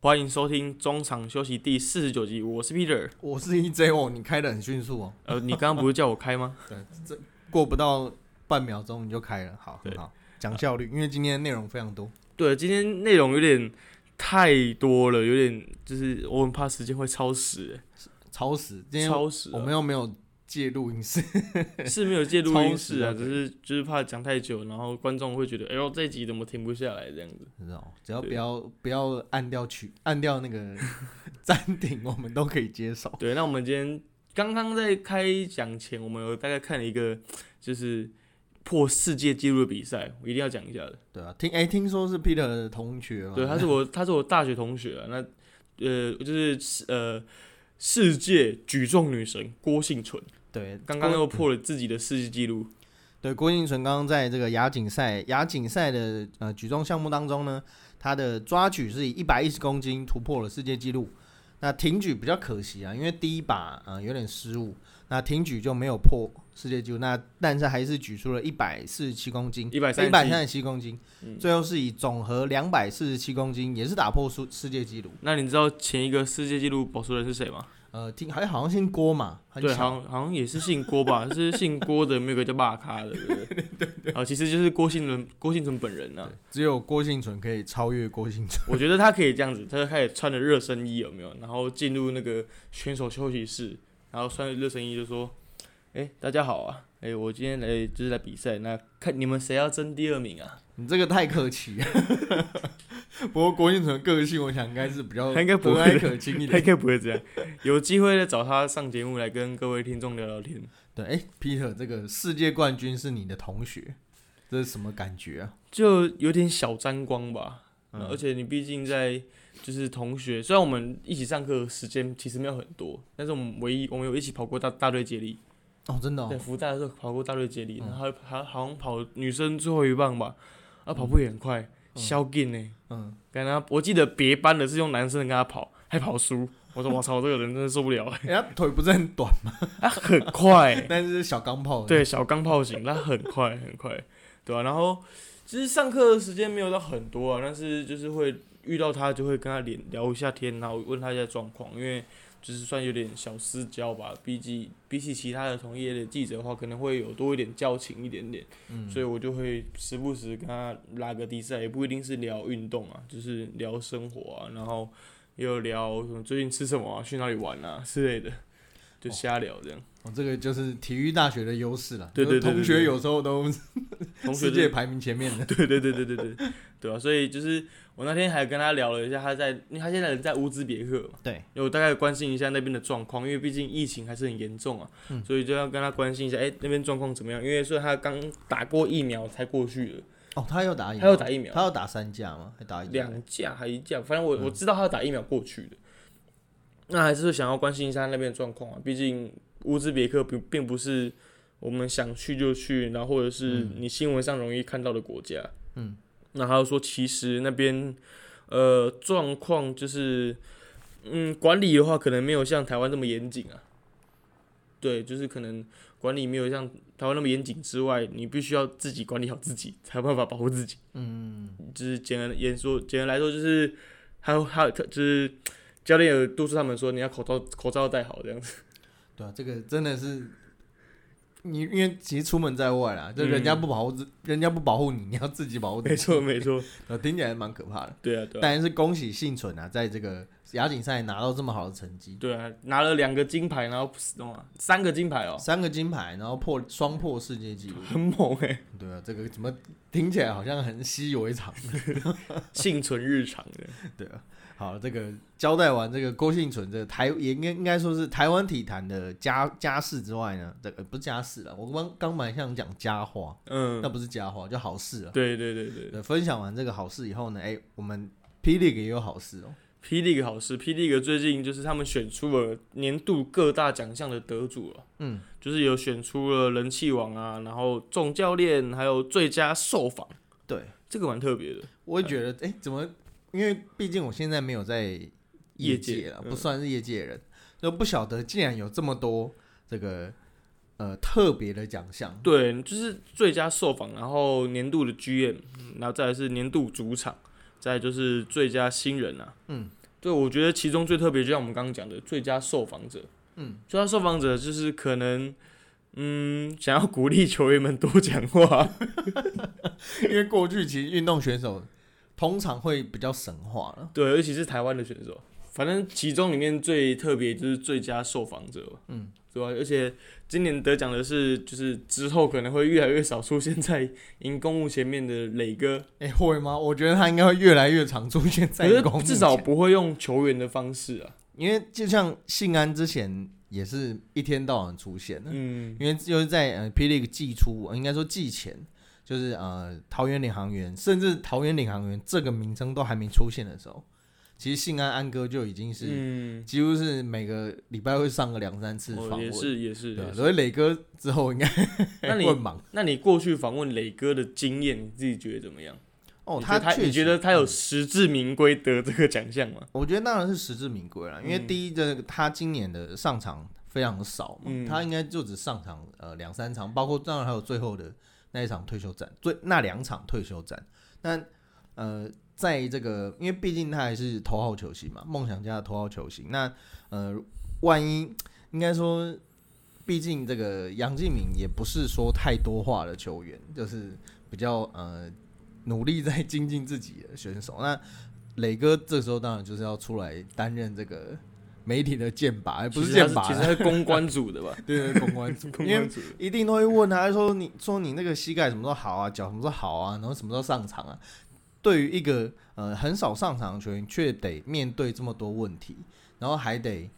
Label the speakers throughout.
Speaker 1: 欢迎收听中场休息第四十九集，我是 Peter。
Speaker 2: 我是 EJ 哦，你开的很迅速哦，
Speaker 1: 呃，你刚刚不是叫我开吗？
Speaker 2: 对，这过不到半秒钟你就开了，好，
Speaker 1: 对
Speaker 2: 很好，讲效率，因为今天内容非常多，
Speaker 1: 对，今天内容有点太多了，有点就是我很怕时间会超时，
Speaker 2: 超时，今
Speaker 1: 欸
Speaker 2: 天
Speaker 1: 超时
Speaker 2: 我
Speaker 1: 了
Speaker 2: 们又没有借录音室，
Speaker 1: 是没有介入
Speaker 2: 超
Speaker 1: 音
Speaker 2: 时
Speaker 1: 室啊，
Speaker 2: 了
Speaker 1: 只是就是怕讲太久，然后观众会觉得，哎呦这一集怎么停不下来这样子。
Speaker 2: 你知道吗，只要
Speaker 1: 对
Speaker 2: 不要不要按掉取按掉那个 暂停，我们都可以接受。
Speaker 1: 对，那我们今天刚刚在开讲前，我们有大概看了一个就是破世界纪录的比赛，我一定要讲一下的。
Speaker 2: 对啊，听哎、听说是 Peter 的同学嘛，
Speaker 1: 对，他是我，他是我大学同学啊。那呃，就是呃，世界举重女神郭幸存，
Speaker 2: 对，
Speaker 1: 刚刚
Speaker 2: 郭
Speaker 1: 又破了自己的世界纪录。
Speaker 2: 对郭敬淳刚刚在这个亚锦赛亚锦赛的呃举重项目当中呢，他的抓举是以一百一十公斤突破了世界纪录。那挺举比较可惜啊，因为第一把呃有点失误，那挺举就没有破世界纪录，那但是还是举出了一百四十七公斤，
Speaker 1: 137
Speaker 2: 一百三十七公斤，
Speaker 1: 嗯
Speaker 2: 最后是以总和两百四十七公斤，也是打破世世界纪录。
Speaker 1: 那你知道前一个世界纪录保持人是谁吗？
Speaker 2: 呃，听好像好像姓郭嘛，很
Speaker 1: 对，好
Speaker 2: 巧
Speaker 1: 像好像也是姓郭吧， 是姓郭的，没有个叫霸咖的，对 不对？啊，其实就是郭幸存，郭幸存本人啊。
Speaker 2: 只有郭敬淳可以超越郭敬淳。
Speaker 1: 我觉得他可以这样子，他就开始穿着热身衣，有没有？然后进入那个选手休息室，然后穿着热身衣就说：“哎、大家好啊，哎、我今天来就是来比赛，那看你们谁要争第二名啊？
Speaker 2: 你这个太客气了。 不过郭敬淳的个性，我想应该是比较
Speaker 1: 他应该不
Speaker 2: 和
Speaker 1: 会
Speaker 2: 蔼可亲一
Speaker 1: 他
Speaker 2: 点
Speaker 1: 应。该不会这样，有机会再找他上节目来跟各位听众聊聊天。
Speaker 2: 对，哎，Peter，这个世界冠军是你的同学，这是什么感觉啊？
Speaker 1: 就有点小沾光吧。
Speaker 2: 嗯
Speaker 1: 而且你毕竟在就是同学，虽然我们一起上课的时间其实没有很多，但是我们唯一我们有一起跑过大大队接力，
Speaker 2: 哦，真的
Speaker 1: 在
Speaker 2: 哦，
Speaker 1: 福大的时候跑过大队接力，
Speaker 2: 嗯
Speaker 1: 然后还还好像跑女生最后一棒吧，啊跑步也很快，消劲呢。
Speaker 2: 嗯，
Speaker 1: 跟他我记得别班的是用男生的跟他跑，还跑输。我说我操，这个人真的受不了，
Speaker 2: 哎，他腿不是很短，
Speaker 1: 他很快、
Speaker 2: 但是是小钢炮。，
Speaker 1: 对，小钢炮型，那很快很快，对吧、啊然后其实上课的时间没有到很多啊，但是就是会遇到他就会跟他聊聊一下天，然后问他一下状况，因为就是算有点小私交吧，毕竟比起其他的同业的记者的话，可能会有多一点交情一点点，
Speaker 2: 嗯
Speaker 1: 所以我就会时不时跟他拉个低赛，也不一定是聊运动啊，就是聊生活啊，然后又聊什么最近吃什么啊，去哪里玩啊之 类的，就瞎聊这样。
Speaker 2: 我哦这个就是体育大学的优势了。
Speaker 1: 对对对
Speaker 2: 就是同
Speaker 1: 对对
Speaker 2: 学
Speaker 1: 对
Speaker 2: 有时候都
Speaker 1: 同学
Speaker 2: 世
Speaker 1: 就
Speaker 2: 界排名前面的。
Speaker 1: 对对对对对对，对啊，所以就是我那天还跟他聊了一下，他在，因为他现在人在乌兹别克嘛，
Speaker 2: 对，
Speaker 1: 因为我大概关心一下那边的状况，因为毕竟疫情还是很严重啊，
Speaker 2: 嗯
Speaker 1: 所以就要跟他关心一下，哎、那边状况怎么样？因为虽然他刚打过疫苗才过去的，
Speaker 2: 哦，他有打疫苗，
Speaker 1: 他有打疫苗
Speaker 2: 他有打三架吗？还打一架？嗯
Speaker 1: 两架还一架，反正我我知道他要打疫苗过去的，那还是想要关心一下那边的状况啊，毕竟乌兹别克并并不是我们想去就去，然后或者是你新闻上容易看到的国家，
Speaker 2: 嗯，
Speaker 1: 那还有说其实那边呃状况就是，嗯，管理的话可能没有像台湾这么严谨啊，对，就是可能管理没有像台湾那么严谨之外，你必须要自己管理好自己，才有办法保护自己。
Speaker 2: 嗯，
Speaker 1: 就是简而言说，简而来说就是，还有还有就是教练有督促他们说，你要口罩口罩戴好这样子。
Speaker 2: 对啊，这个真的是你，因为其实出门在外啦，就人家
Speaker 1: 嗯
Speaker 2: 不保护自，人家不保护你，你要自己保护自己。
Speaker 1: 没错没错，
Speaker 2: 呃，听起来蛮可怕的。
Speaker 1: 对啊对啊
Speaker 2: 当然是恭喜幸存啊，在这个亚锦赛拿到这么好的成绩，
Speaker 1: 对啊，拿了两个金牌，然后懂吗？三个金牌哦，
Speaker 2: 三个金牌，然后破双破世界纪录。
Speaker 1: 很猛哎、
Speaker 2: 对啊，这个怎么听起来好像很稀有一场？
Speaker 1: 幸存日常的。
Speaker 2: 对啊，好，这个交代完这个郭幸存这个台也应该应该说是台湾体坛的家家事之外呢，这个呃不是家事了，我刚刚本来想讲佳话，那
Speaker 1: 嗯，
Speaker 2: 不是佳话，就好事了。啊
Speaker 1: 对对对对，
Speaker 2: 对，分享完这个好事以后呢，哎、我们霹雳也有好事哦、
Speaker 1: 霹雳好事，霹雳最近就是他们选出了年度各大奖项的得主了。
Speaker 2: 嗯，
Speaker 1: 就是有选出了人气王啊，然后总教练，还有最佳受访，
Speaker 2: 对，
Speaker 1: 这个蛮特别的。
Speaker 2: 我也觉得，哎、怎么？因为毕竟我现在没有在业界嗯了，
Speaker 1: 业界
Speaker 2: 不算是业界人，就不晓得竟然有这么多这个呃特别的奖项。
Speaker 1: 对，就是最佳受访，然后年度的 GM，嗯然后再来是年度主场，再来就是最佳新人啊。
Speaker 2: 嗯，
Speaker 1: 对，我觉得其中最特别，就像我们刚刚讲的，最佳受访者。
Speaker 2: 嗯，
Speaker 1: 最佳受访者就是可能，嗯，想要鼓励球员们多讲话。
Speaker 2: 因为过去其实运动选手通常会比较神话了。
Speaker 1: 对，尤其是台湾的选手，反正其中里面最特别就是最佳受访者嘛，
Speaker 2: 嗯，
Speaker 1: 对吧、而且今年得奖的是，就是之后可能会越来越少出现在荧公务前面的磊哥，
Speaker 2: 哎、会吗？我觉得他应该会越来越常出现
Speaker 1: 可
Speaker 2: 在
Speaker 1: 是
Speaker 2: 公
Speaker 1: 至少
Speaker 2: 面前，
Speaker 1: 不会用球员的方式啊，
Speaker 2: 因为就像信安之前也是一天到晚出现的，
Speaker 1: 嗯，
Speaker 2: 因为就是在呃 P League 季初，呃应该说季前，就是呃桃园领航员，甚至桃园领航员这个名称都还没出现的时候，其实信安安哥就已经是、
Speaker 1: 嗯，
Speaker 2: 几乎是每个礼拜会上个两三次访
Speaker 1: 哦，
Speaker 2: 问，
Speaker 1: 也是也是，
Speaker 2: 对
Speaker 1: 也
Speaker 2: 啊，
Speaker 1: 是
Speaker 2: 所以磊哥之后应该
Speaker 1: 那你
Speaker 2: 会忙
Speaker 1: 那你过去访问磊哥的经验，你自己觉得怎么样？你
Speaker 2: 哦。
Speaker 1: 觉得他
Speaker 2: 确实嗯
Speaker 1: 你觉得他有实至名归得这个奖项吗？
Speaker 2: 我觉得当然是实至名归了，因为
Speaker 1: 嗯
Speaker 2: 第一，这个他今年的上场非常少嘛，
Speaker 1: 嗯
Speaker 2: 他应该就只上场呃两三场，包括当然还有最后的那一场退休战，最那两场退休战。那呃，在这个，因为毕竟他还是头号球星嘛，梦想家的头号球星。那呃，万一应该说，毕竟这个杨敬敏也不是说太多话的球员，就是比较呃努力在精进自己的选手。那磊哥这时候当然就是要出来担任这个媒体的剑拔，哎不
Speaker 1: 其
Speaker 2: 是
Speaker 1: 实他
Speaker 2: 剑拔啦，
Speaker 1: 其实他是公关组的吧？，
Speaker 2: 对对， 公关组
Speaker 1: 公
Speaker 2: 因为
Speaker 1: 关组的。
Speaker 2: 一定都会问他说你说你那个膝盖什么时候好啊，脚什么时候好啊，然后什么时候上场啊？对于一个呃很少上场的球员，却得面对这么多问题，然后还得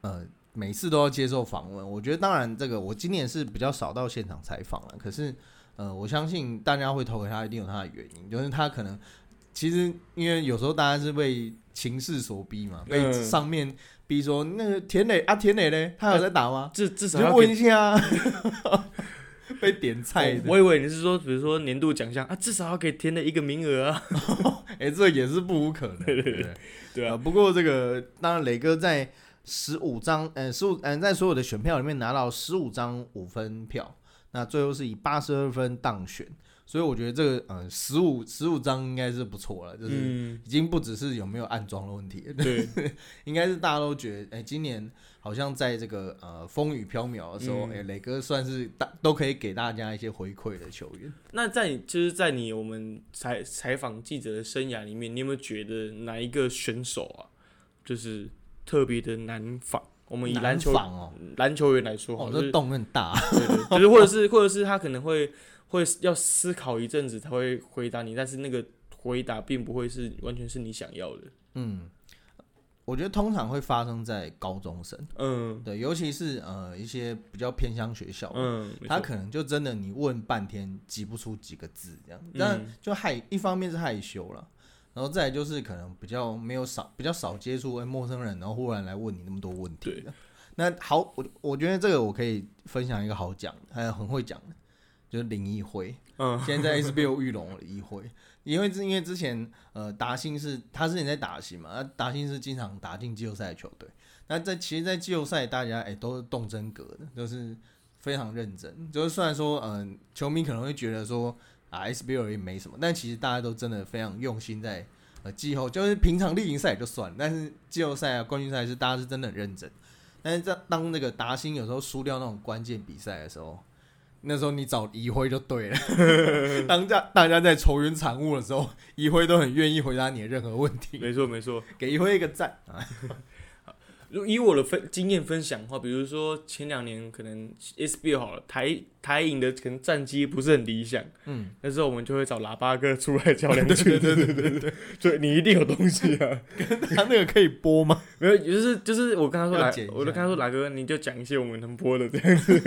Speaker 2: 呃每次都要接受访问。我觉得当然这个我今年是比较少到现场采访了，可是呃我相信大家会投给他一定有他的原因，就是他可能其实因为有时候大家是被情势所逼嘛，被
Speaker 1: 嗯
Speaker 2: 上面逼说那个田磊啊田磊嘞，他有在打吗？
Speaker 1: 至 至少
Speaker 2: 你
Speaker 1: 要
Speaker 2: 就
Speaker 1: 给
Speaker 2: 问一下、啊， 被点菜
Speaker 1: 哦
Speaker 2: 的，
Speaker 1: 我以为你是说，比如说年度奖项啊，至少要给填的一个名额啊。
Speaker 2: 哎、这也是不无可能。对不对
Speaker 1: 对
Speaker 2: 呃
Speaker 1: 啊，
Speaker 2: 不过这个当然，磊哥在十五张，呃，十五，嗯，在所有的选票里面拿到十五张五分票，那最后是以八十二分当选，所以我觉得这个呃十五十五张应该是不错了，就是
Speaker 1: 嗯，
Speaker 2: 已经不只是有没有暗装的问题，
Speaker 1: 对，
Speaker 2: 应该是大家都觉得，哎、今年好像在这个呃风雨飘渺的时候，哎、
Speaker 1: 嗯
Speaker 2: 磊哥算是大都可以给大家一些回馈的球员。
Speaker 1: 那在你就是在你我们采采访记者的生涯里面，你有没有觉得哪一个选手啊，就是特别的难访？我们以篮球
Speaker 2: 难防哦，
Speaker 1: 篮球员来说好
Speaker 2: 哦，
Speaker 1: 了，就
Speaker 2: 这
Speaker 1: 是
Speaker 2: 洞很大。
Speaker 1: 对对就是或者是或者是他可能会会要思考一阵子才会回答你，但是那个回答并不会是完全是你想要的。
Speaker 2: 嗯，我觉得通常会发生在高中生，
Speaker 1: 嗯
Speaker 2: 对，尤其是呃一些比较偏乡学校，
Speaker 1: 嗯，没
Speaker 2: 他
Speaker 1: 错
Speaker 2: 可能就真的你问半天挤不出几个字这样，
Speaker 1: 嗯
Speaker 2: 但就害一方面是害羞了。然后再来就是可能比较没有少比较少接触哎陌生人，然后忽然来问你那么多问题
Speaker 1: 对
Speaker 2: 的。那好，我我觉得这个我可以分享一个好讲的，还有很会讲的，就是林奕辉。
Speaker 1: 嗯
Speaker 2: 现在 SBO 玉龙的议会，因为之因为之前呃达兴是他之前在达兴嘛，那达兴是经常打进季后赛的球队。那在其实，在季后赛大家哎、都是动真格的，就是非常认真。就是虽然说嗯、呃球迷可能会觉得说啊 SBO 也没什么，但其实大家都真的非常用心在呃季后，就是平常例行赛也就算了，但是季后赛啊冠军赛是大家是真的很认真。但是在当那个达兴有时候输掉那种关键比赛的时候，那时候你找怡辉就对了。 当家大家在愁云惨雾的时候，怡辉都很愿意回答你的任何问题，
Speaker 1: 没错没错。
Speaker 2: 给怡辉一个赞啊。
Speaker 1: 如以我的分经验分享的话，比如说前两年可能 SBL 好了，台台影的可能战绩不是很理想，
Speaker 2: 嗯，
Speaker 1: 那时候我们就会找喇叭哥 出来较量对对对对 对，所以你一定有东西 啊。
Speaker 2: 他那个可以播吗？
Speaker 1: 没有，就是就是我跟他说
Speaker 2: 要
Speaker 1: 来
Speaker 2: 剪一，下
Speaker 1: 我就跟他说来哥，你就讲一些我们能播的这样子。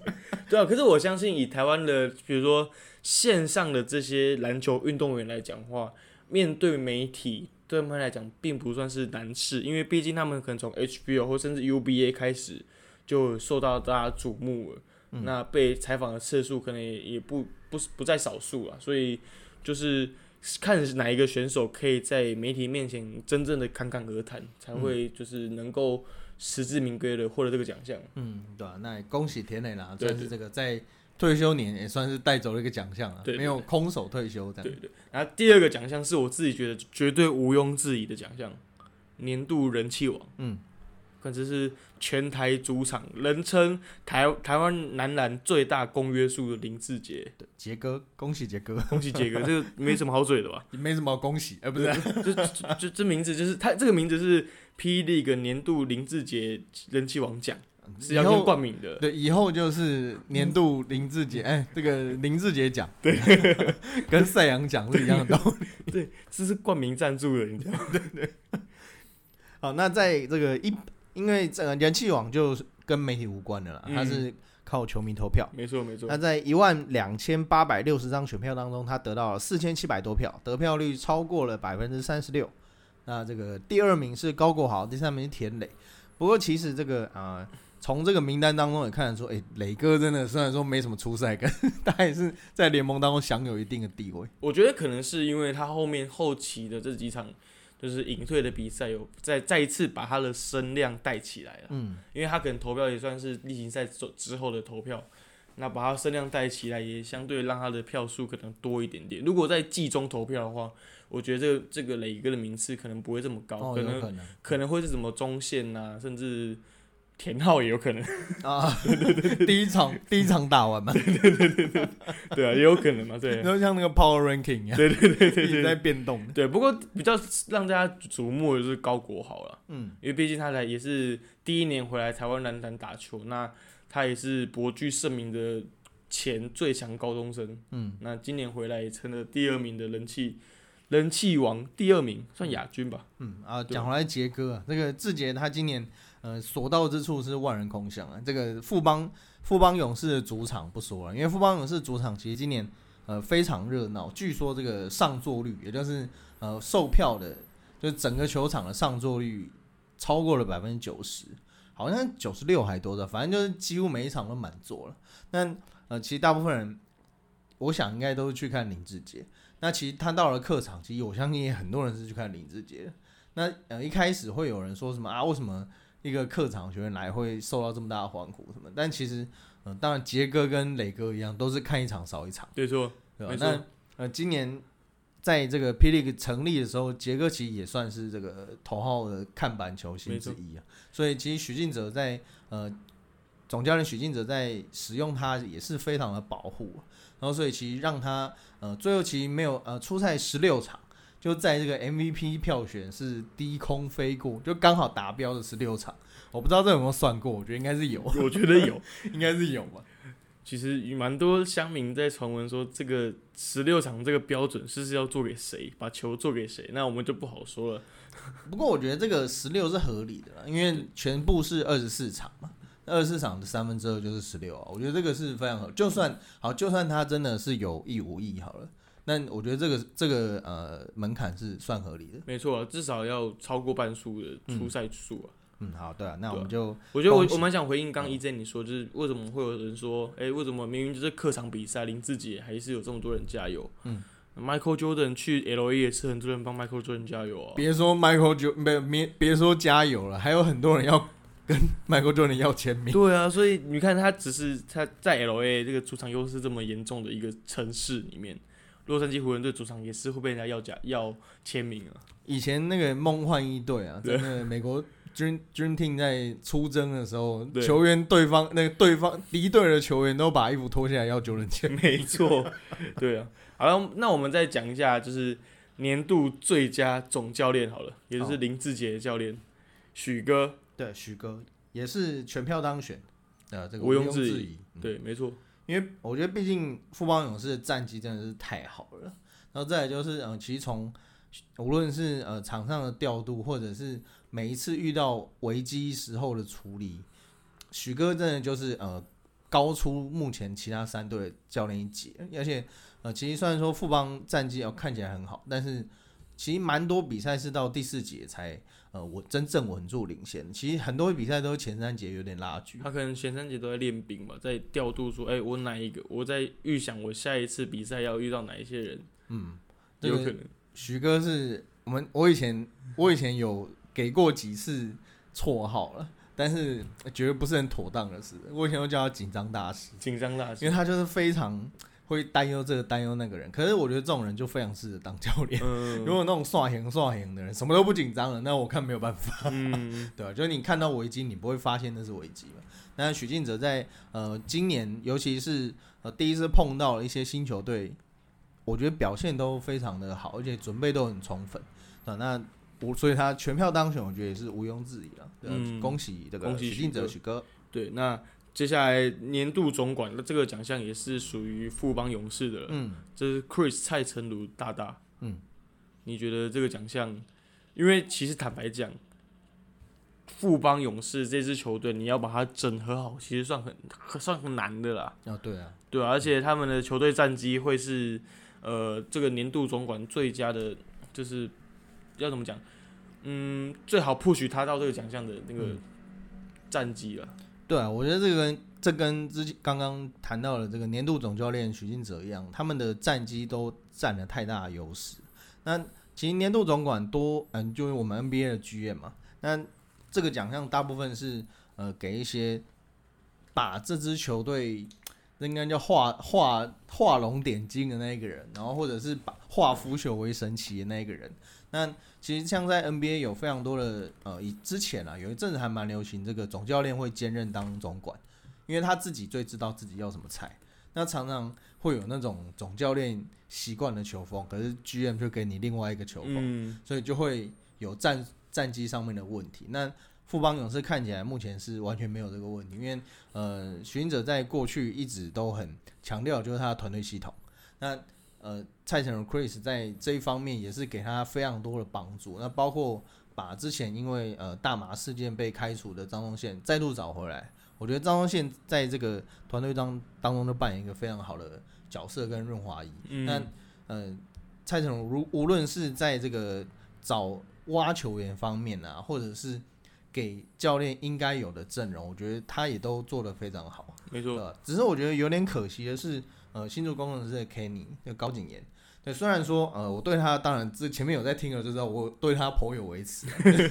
Speaker 1: 对啊，可是我相信以台湾的，比如说线上的这些篮球运动员来讲话，面对媒体对他们来讲并不算是难事，因为毕竟他们可能从 HBO 或甚至 UBA 开始就受到大家瞩目了，
Speaker 2: 嗯
Speaker 1: 那被采访的次数可能也也不不是不在少数啊，所以就是。看哪一个选手可以在媒体面前真正的侃侃而谈，才会就是能够实至名归的获得这个奖项。
Speaker 2: 嗯，对啊，那也恭喜田磊啦，
Speaker 1: 对
Speaker 2: 算是这个在退休年也算是带走了一个奖项了，啊
Speaker 1: 对对
Speaker 2: 没有空手退休这
Speaker 1: 对
Speaker 2: 样。
Speaker 1: 对，然后第二个奖项是我自己觉得绝对毋庸置疑的奖项，年度人气王，
Speaker 2: 嗯，
Speaker 1: 可这是全台主场人称台台湾男篮最大公约数的林志杰，
Speaker 2: 对，杰哥，恭喜杰哥，
Speaker 1: 恭喜杰哥，这个没什么好嘴的吧？
Speaker 2: 没什么好恭喜，呃，不是，
Speaker 1: 就就就这名字就是他这个名字是 P League 年度林志杰人气王奖，是
Speaker 2: 以
Speaker 1: 要
Speaker 2: 后
Speaker 1: 跟冠名的。
Speaker 2: 对，以后就是年度林志杰，哎、这个林志杰奖， 对，跟赛扬奖是一样的道理。
Speaker 1: 对，这是冠名赞助的，你知道吗？
Speaker 2: 好，那在这个一，因为这个人气网就跟媒体无关的啦，
Speaker 1: 嗯
Speaker 2: 它是靠球迷投票。
Speaker 1: 没错没错
Speaker 2: 那，在一万两千八百六十张选票当中，他得到了四千七百多票，得票率超过了百分之三十六。那这个第二名是高国豪，第三名是田磊。不过其实这个啊，呃从、这个名单当中也看得出，哎、磊哥真的虽然说没什么出赛感，他也是 在联盟当中享有一定的地位。
Speaker 1: 我觉得可能是因为他后面后期的这几场就是隐退的比赛，有再再一次把他的声量带起来了，
Speaker 2: 嗯，
Speaker 1: 因为他可能投票也算是例行赛之之后的投票。那把他声量带起来，也相对让他的票数可能多一点点。如果在季中投票的话，我觉得这个这个磊哥的名次可能不会这么高，
Speaker 2: 哦，
Speaker 1: 可
Speaker 2: 有
Speaker 1: 能
Speaker 2: 可能
Speaker 1: 可能会是什么中线呐、甚至田浩也有可能，
Speaker 2: 啊， 第一场第一场打完嘛，
Speaker 1: 对啊，也有可能嘛，对啊
Speaker 2: 就像那个 Power Ranking 一样，对对对对，一直在变动。
Speaker 1: 对。不过比较让大家瞩目的就是高国豪了，
Speaker 2: 嗯，
Speaker 1: 因为毕竟他来也是第一年回来台湾男篮打球，那他也是博具盛名的前最强高中生，
Speaker 2: 嗯，
Speaker 1: 那今年回来也成了第二名的人气人气王，第二名算亚军吧，
Speaker 2: 嗯啊，
Speaker 1: 对
Speaker 2: 讲回来杰哥啊，这个志杰他今年呃所到之处是万人空巷啊。这个富邦富邦勇士的主场不说了，因为富邦勇士主场其实今年呃非常热闹，据说这个上座率，也就是呃售票的，就是整个球场的上座率超过了百分之九十，好像九十六还多少，反正就是几乎每一场都满座了。那呃，其实大部分人我想应该都是去看林志杰。那其实他到了客场，其实我相信也很多人是去看林志杰的。那呃一开始会有人说什么啊？为什么一个客场球员来会受到这么大的欢呼什么？但其实，嗯、当然杰哥跟磊哥一样，都是看一场少一场，
Speaker 1: 对错，
Speaker 2: 对吧
Speaker 1: 没？错
Speaker 2: 那呃今年在这个霹雳成立的时候，杰哥其实也算是这个头号的看板球星
Speaker 1: 没错
Speaker 2: 之一啊。所以其实许晋哲在呃总教练许晋哲在使用他也是非常的保护啊、然后所以其实让他呃最后其实没有呃出赛十六场，就在这个 MVP 票选是低空飞过，就刚好达标的十六场。我不知道这有没有算过，我觉得应该是有，
Speaker 1: 我觉得有。
Speaker 2: 应该是有吧。
Speaker 1: 其实蛮多乡民在传闻说，这个十六场这个标准是是要做给谁，把球做给谁，那我们就不好说了。
Speaker 2: 不过我觉得这个十六是合理的啦，因为全部是二十四场嘛，二十四场的三分之二就是十六啊，我觉得这个是非常合。就算好，就算他真的是有意无意好了，那我觉得这个这个呃门槛是算合理的。
Speaker 1: 没错、啊，至少要超过半数的出赛数啊。
Speaker 2: 嗯，好，对啊，那我
Speaker 1: 对啊
Speaker 2: 们就
Speaker 1: 我觉得我
Speaker 2: 恭喜
Speaker 1: 我蛮想回应刚
Speaker 2: 嗯
Speaker 1: 刚 EJ 你说，就是为什么会有人说，哎、为什么明明就是客场比赛，林志杰还是有这么多人加油？
Speaker 2: 嗯
Speaker 1: ，Michael Jordan 去 LA 也是很多人帮 Michael Jordan 加油啊。
Speaker 2: 别说 Michael 就没别别说加油了，还有很多人要跟 Michael Jordan 要签名。
Speaker 1: 对啊，所以你看，他只是他在 L A 这个主场优势这么严重的一个城市里面，洛杉矶湖人队主场也是会被人家要假要签名啊。
Speaker 2: 以前那个梦幻一队啊，
Speaker 1: 对
Speaker 2: 真的美国 Dream Dream Team 在出征的时候，
Speaker 1: 对
Speaker 2: 球员对方那个对方敌对的球员都把衣服脱下来要九人签。
Speaker 1: 没 错，对啊。好了，那我们再讲一下，就是年度最佳总教练好了，也就是
Speaker 2: 好
Speaker 1: 林志杰的教练许哥。
Speaker 2: 对，许哥也是全票当选，呃，这个
Speaker 1: 毋庸
Speaker 2: 庸
Speaker 1: 置
Speaker 2: 置
Speaker 1: 疑
Speaker 2: 疑。嗯
Speaker 1: 对，没错，
Speaker 2: 因为我觉得毕竟富邦勇士的战绩真的是太好了，然后再来就是呃，其实从无论是呃场上的调度，或者是每一次遇到危机时候的处理，许哥真的就是呃高出目前其他三队的教练一截，而且呃其实虽然说富邦战绩哦、看起来很好，但是其实蛮多比赛是到第四节才呃我真正稳住领先，其实很多比赛都是前三节有点拉锯，
Speaker 1: 他可能前三节都在练兵吧，在调度说，哎、我哪一个，我在预想我下一次比赛要遇到哪一些人，
Speaker 2: 嗯，这
Speaker 1: 有
Speaker 2: 个
Speaker 1: 可能。
Speaker 2: 徐哥是我们，我以前我以前有给过几次绰号了，但是绝对不是很妥当的事。我以前都叫他紧张大师，
Speaker 1: 紧张大
Speaker 2: 因为
Speaker 1: 师，
Speaker 2: 他就是非常会担忧这个担忧那个人。可是我觉得这种人就非常适合当教练。
Speaker 1: 嗯，
Speaker 2: 如果那种耍闲耍闲的人，什么都不紧张了，那我看没有办法。
Speaker 1: 嗯
Speaker 2: 对啊，就是你看到危机，你不会发现那是危机嘛。那许晋哲在呃今年，尤其是呃第一次碰到了一些新球队，我觉得表现都非常的好，而且准备都很充分。啊，那我所以他全票当选，我觉得也是毋庸置疑了。对啊
Speaker 1: 嗯
Speaker 2: 恭喜这个
Speaker 1: 恭喜
Speaker 2: 许晋哲
Speaker 1: 许哥
Speaker 2: 许哥。
Speaker 1: 对，那接下来年度总管那这个奖项也是属于富邦勇士的了，
Speaker 2: 嗯，
Speaker 1: 这是 Chris 蔡成儒大大。
Speaker 2: 嗯，
Speaker 1: 你觉得这个奖项？因为其实坦白讲，富邦勇士这支球队你要把它整合好，其实算很算很难的啦。
Speaker 2: 啊，对啊，
Speaker 1: 对啊，而且他们的球队战绩会是呃这个年度总管最佳的，就是要怎么讲？嗯，最好 push 他到这个奖项的那个
Speaker 2: 嗯
Speaker 1: 战绩了。
Speaker 2: 对啊，我觉得这个跟这跟之前刚刚谈到的这个年度总教练许晋哲一样，他们的战绩都占了太大的优势。那其实年度总管多，嗯，就是我们 NBA 的剧院嘛。那这个奖项大部分是呃给一些把这支球队那应该叫画画画龙点睛的那一个人，然后或者是把化腐朽为神奇的那一个人。那其实像在 NBA 有非常多的呃，以之前啊有一阵子还蛮流行这个总教练会兼任当总管，因为他自己最知道自己要什么菜。那常常会有那种总教练习惯的球风，可是 GM 就给你另外一个球风，
Speaker 1: 嗯
Speaker 2: 所以就会有战战绩上面的问题。那富邦勇士看起来目前是完全没有这个问题，因为呃，许颖者在过去一直都很强调就是他的团队系统。那呃，蔡成荣 Chris 在这一方面也是给他非常多的帮助。那包括把之前因为呃大麻事件被开除的张宗宪再度找回来，我觉得张宗宪在这个团队当当中就扮演一个非常好的角色跟润滑液。那
Speaker 1: 嗯，
Speaker 2: 呃，蔡成儒如无论是在这个找挖球员方面啊，或者是给教练应该有的阵容，我觉得他也都做得非常好。
Speaker 1: 没错，
Speaker 2: 呃，只是我觉得有点可惜的是，呃，新竹工程师的 Kenny 那个高景言，对，虽然说呃，我对他当然这前面有在听了就知道我对他颇有微词啊，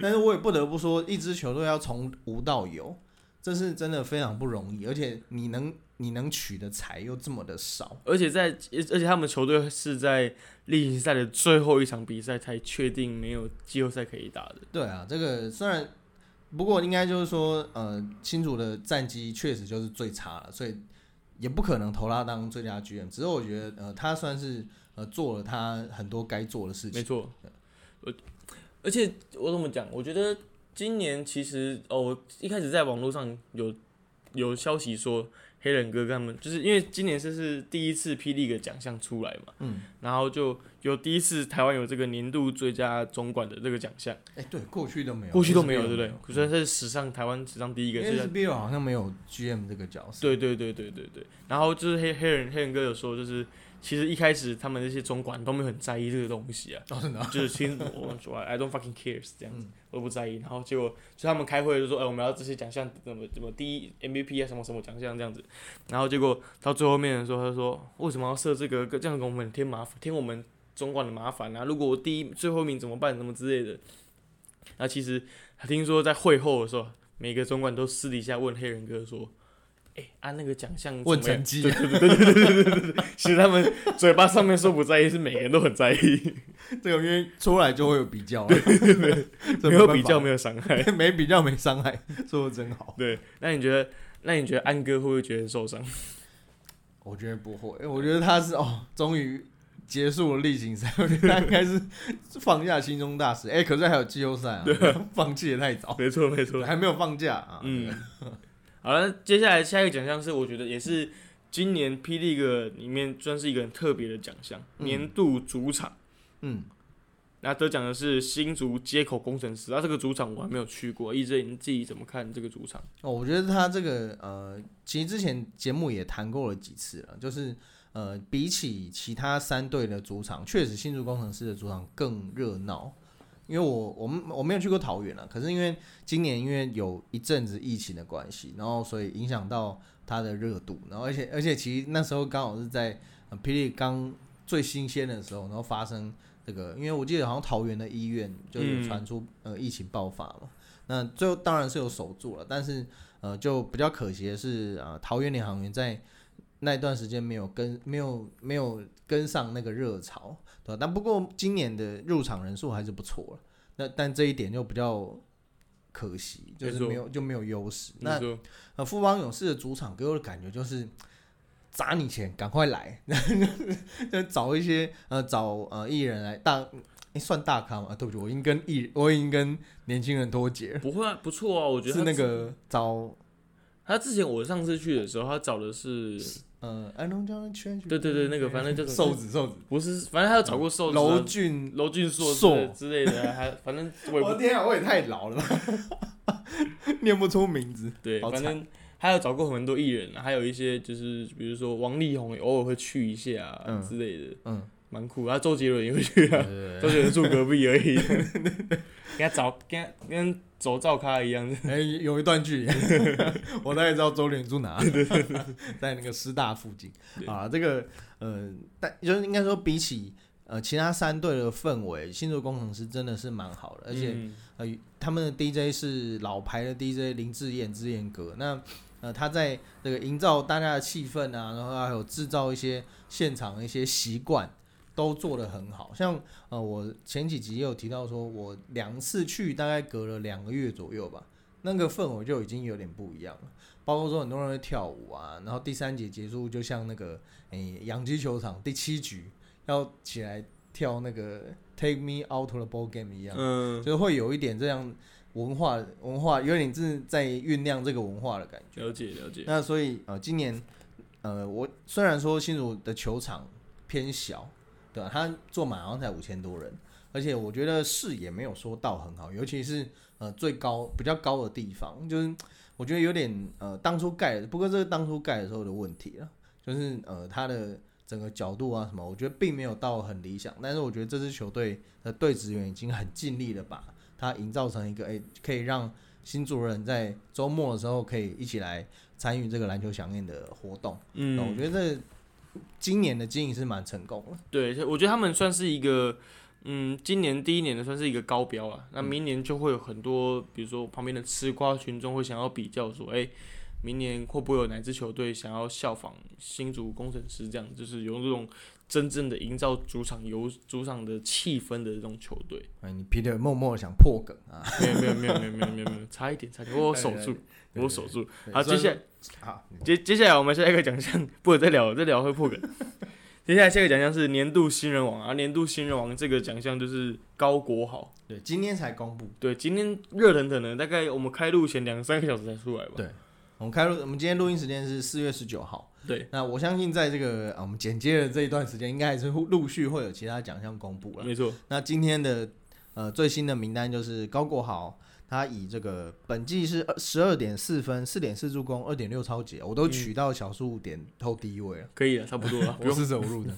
Speaker 2: 但是我也不得不说，一支球队要从无到有，这是真的非常不容易，而且你能你能取的材又这么的少，
Speaker 1: 而且在而且他们球队是在例行赛的最后一场比赛才确定没有季后赛可以打的。
Speaker 2: 对啊，这个虽然不过应该就是说，呃，新竹的战绩确实就是最差了，所以也不可能投他当最佳 GM。只是我觉得，呃，他算是呃做了他很多该做的事
Speaker 1: 没
Speaker 2: 情。
Speaker 1: 错，我而且我怎么讲？我觉得今年其实哦，我一开始在网络上有有消息说黑人哥跟他们，就是因为今年这是第一次霹雳的奖项出来嘛，
Speaker 2: 嗯，
Speaker 1: 然后就有第一次台湾有这个年度最佳总管的这个奖项，
Speaker 2: 哎、对，过去都没有，
Speaker 1: 过去都没有，对嗯不对
Speaker 2: SBL？
Speaker 1: 可是这是史上台湾史上第一个
Speaker 2: 因
Speaker 1: 最
Speaker 2: 为
Speaker 1: 佳
Speaker 2: SBL 好像没有 GM 这个角色。
Speaker 1: 对对对对对对。然后就是黑黑人黑人哥有说，就是其实一开始他们那些总管都没有很在意这个东西啊，
Speaker 2: 哦，真 的啊、
Speaker 1: 就是其实我我 I don't fucking cares 这样子
Speaker 2: 嗯，
Speaker 1: 我不在意。然后结果就他们开会就说，哎、我们要这些奖项怎么怎么第一 MVP 啊什么什么奖项这样子。然后结果到最后面的时候，他说哦为什么要设这个这样给我们添麻烦，添我们总管的麻烦啊？如果我第一最后一名怎么办？什么之类的。那其实听说在会后的时候，每个总管都私底下问黑人哥说。哎、按、那个奖项
Speaker 2: 问
Speaker 1: 怎么样
Speaker 2: 成绩
Speaker 1: 对对对对对对对对。其实他们嘴巴上面说不在意，是每个人都很在意。
Speaker 2: 这个因为出来就会有比较了，这
Speaker 1: 没有比较，没
Speaker 2: 有
Speaker 1: 有伤害。
Speaker 2: 没比较没伤害，说的真好。
Speaker 1: 对，那你觉得，那你觉得安哥会不会觉得受伤？
Speaker 2: 我觉得不会，我觉得他是哦，终于结束了例行赛，我觉得他应该是放下心中大石。哎、可是还有季后赛啊，放弃也太早，
Speaker 1: 没错，没错。
Speaker 2: 还没有放假啊。
Speaker 1: 嗯， 好了，接下来下一个奖项是我觉得也是今年霹雳个里面算是一个很特别的奖项，
Speaker 2: 嗯
Speaker 1: 年度主场。
Speaker 2: 嗯，
Speaker 1: 那得奖的是新竹接口工程师，那、啊这个主场我还没有去过，一直你自己怎么看这个主场？
Speaker 2: 哦，我觉得他这个呃，其实之前节目也谈过了几次了，就是呃，比起其他三队的主场，确实新竹工程师的主场更热闹。因为我我们我没有去过桃园啊，可是因为今年因为有一阵子疫情的关系，然后所以影响到它的热度，然后而且而且其实那时候刚好是在呃霹雳刚最新鲜的时候，然后发生这个，因为我记得好像桃园的医院就有
Speaker 1: 嗯
Speaker 2: 传出、呃疫情爆发嘛，那最后当然是有守住了，但是呃就比较可惜的是啊、呃桃园领航员在。那一段时间没有跟没有没有跟上那个热潮，对吧？但不过今年的入场人数还是不错了，那但这一点就比较可惜，就
Speaker 1: 没
Speaker 2: 是
Speaker 1: 错
Speaker 2: 没有就没有优势。
Speaker 1: 你
Speaker 2: 那
Speaker 1: 说
Speaker 2: 呃，富邦勇士的主场给我的感觉就是砸你钱，赶快来， 就找一些呃找呃艺人来大，诶算大咖吗？啊对不起，我已经跟艺我已经跟年轻人脱节了，
Speaker 1: 不会啊，不错啊，我觉得
Speaker 2: 是
Speaker 1: 他
Speaker 2: 那
Speaker 1: 之
Speaker 2: 个找
Speaker 1: 他之前我上次去的时候，他找的是
Speaker 2: 呃安东江圈，
Speaker 1: 对对对那个反正叫什么
Speaker 2: 瘦子瘦子
Speaker 1: 不是，反正他有找过瘦子
Speaker 2: 娄
Speaker 1: 啊、
Speaker 2: 俊
Speaker 1: 娄俊硕之
Speaker 2: 硕
Speaker 1: 类之类的啊，还反正我也
Speaker 2: 我的天啊，我也太老了吧， 念不出名字。
Speaker 1: 不对，
Speaker 2: 好
Speaker 1: 反
Speaker 2: 惨
Speaker 1: 正他有找过很多艺人啊，还有一些就是比如说王力宏也偶尔会去一下、啊
Speaker 2: 嗯
Speaker 1: 之类的，
Speaker 2: 嗯，
Speaker 1: 蛮酷。他周杰伦也会去 啊， 周杰伦住隔壁而已，跟他找跟他跟走照咖一样，
Speaker 2: 哎、有一段距离， 我大概知道周连住哪， 在那个师大附近
Speaker 1: 对
Speaker 2: 啊。这个呃，但就是应该说，比起呃其他三队的氛围，新竹工程师真的是蛮好的，而且、
Speaker 1: 嗯
Speaker 2: 呃，他们的 DJ 是老牌的 DJ 林志燕志燕哥。那呃，他在这个营造大家的气氛啊，然后还有制造一些现场的一些习惯，都做得很好。像呃，我前几集也有提到说，我两次去大概隔了两个月左右吧，那个氛围就已经有点不一样了。包括说很多人会跳舞啊，然后第三节结束，就像那个诶洋基球场第七局要起来跳那个 Take Me Out of the Ball Game 一样。
Speaker 1: 嗯，
Speaker 2: 就会有一点这样文化文化，有点是在酝酿这个文化的感觉。
Speaker 1: 了解了解，
Speaker 2: 那所以呃，今年呃，我虽然说新竹的球场偏小，对吧、它坐满好像才五千多人，而且我觉得视野没有说到很好，尤其是呃最高比较高的地方，就是我觉得有点呃当初盖的，不过这是当初盖的时候的问题了，就是呃它的。整个角度啊什么，我觉得并没有到很理想，但是我觉得这支球队的队职员已经很尽力了，把它营造成一个诶、哎可以让新主人在周末的时候可以一起来参与这个篮球响应的活动。哦
Speaker 1: 嗯，
Speaker 2: 我觉得这今年的经营是蛮成功的。
Speaker 1: 对，我觉得他们算是一个，嗯，今年第一年的算是一个高标啊。那
Speaker 2: 嗯
Speaker 1: 明年就会有很多，比如说旁边的吃瓜群众会想要比较说，哎、明年会不会有哪支球队想要效仿新竹工程师这样，就是有这种真正的营造主场有主场的气氛的这种球队？
Speaker 2: 哎，你 Peter 默默地想破梗 啊！
Speaker 1: 没有没有没有没有没有没有没有，差一点差一点，我有守住，我有守住。好，接下来
Speaker 2: 好，
Speaker 1: 接接下来我们下一个奖项，不能再聊了，再聊会破梗。 接下来下一个奖项是年度新人王啊，年度新人王这个奖项就是高国豪，
Speaker 2: 对，今天才公布。
Speaker 1: 对，今天热腾腾的，大概我们开录前两三个小时才出来吧。
Speaker 2: 对我们开录，我们今天录音时间是四月十九号。
Speaker 1: 对，
Speaker 2: 那我相信在这个啊，我们剪接的这一段时间，应该还是会陆续会有其他奖项公布了。
Speaker 1: 没错，
Speaker 2: 那今天的呃最新的名单就是高国豪，他以这个本季是十二点四分、四点四助攻、二点六超解，
Speaker 1: 嗯
Speaker 2: 我都取到小数点后第一位了，
Speaker 1: 可以了，差不多 了，不
Speaker 2: 我
Speaker 1: 用。
Speaker 2: 是走路的，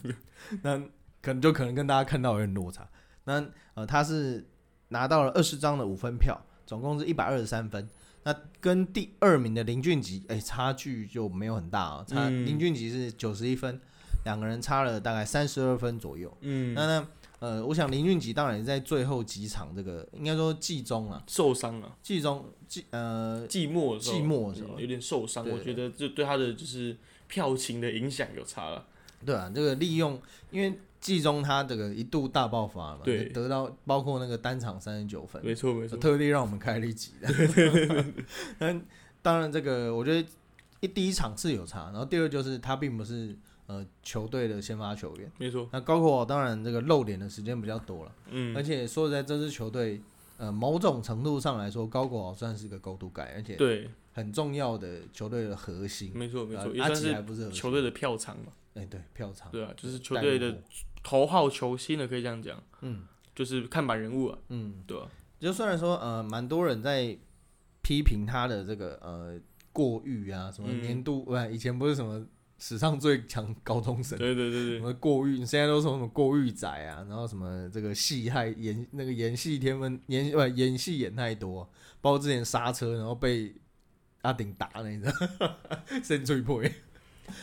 Speaker 2: 那可能就可能跟大家看到有点落差。那呃他是拿到了二十张的五分票，总共是一百二十三分。那跟第二名的林俊杰，哎、差距就没有很大啊、差、
Speaker 1: 嗯
Speaker 2: 林俊杰是九十一分，两个人差了大概三十二分左右。
Speaker 1: 嗯，
Speaker 2: 那呢，呃，我想林俊杰当然也在最后几场这个应该说季中啊，
Speaker 1: 受伤了，
Speaker 2: 季中季呃
Speaker 1: 寂寞的时候，
Speaker 2: 季末的时候
Speaker 1: 嗯有点受伤，
Speaker 2: 对
Speaker 1: 我觉得这对他的就是票情的影响有差了。
Speaker 2: 对啊，这个利用因为季中他这个一度大爆发嘛，
Speaker 1: 对
Speaker 2: 得到包括那个单场三十九分，
Speaker 1: 没错没错，
Speaker 2: 特地让我们开了一集的。 但当然，这个我觉得一第一场是有差，然后第二就是他并不是呃球队的先发球员，
Speaker 1: 没错，
Speaker 2: 那高国豪当然这个露脸的时间比较多了。而
Speaker 1: 嗯，
Speaker 2: 且说实在，这支球队，呃，某种程度上来说，高国豪算是个高度改，而且
Speaker 1: 对，
Speaker 2: 很重要的球队的核心。
Speaker 1: 没错没
Speaker 2: 啊
Speaker 1: 错，也
Speaker 2: 阿
Speaker 1: 算
Speaker 2: 吉还
Speaker 1: 是
Speaker 2: 不是核心
Speaker 1: 球队的票仓嘛，
Speaker 2: 哎、对，票场
Speaker 1: 对啊，就是球队
Speaker 2: 带
Speaker 1: 的
Speaker 2: 货
Speaker 1: 头号球星了，可以这样讲，
Speaker 2: 嗯
Speaker 1: 就是看板人物啊，
Speaker 2: 嗯，
Speaker 1: 对啊，
Speaker 2: 就虽然说呃，蛮多人在批评他的这个呃过誉啊，什么
Speaker 1: 嗯
Speaker 2: 年度，不、以前不是什么史上最强高中生。
Speaker 1: 对对对
Speaker 2: 什
Speaker 1: 对，
Speaker 2: 么过誉，你现在都说什么过誉仔啊，然后什么这个戏害演那个演戏天分演不演戏演太多、包括之前刹车然后被阿顶打了， 你知道，甚最破。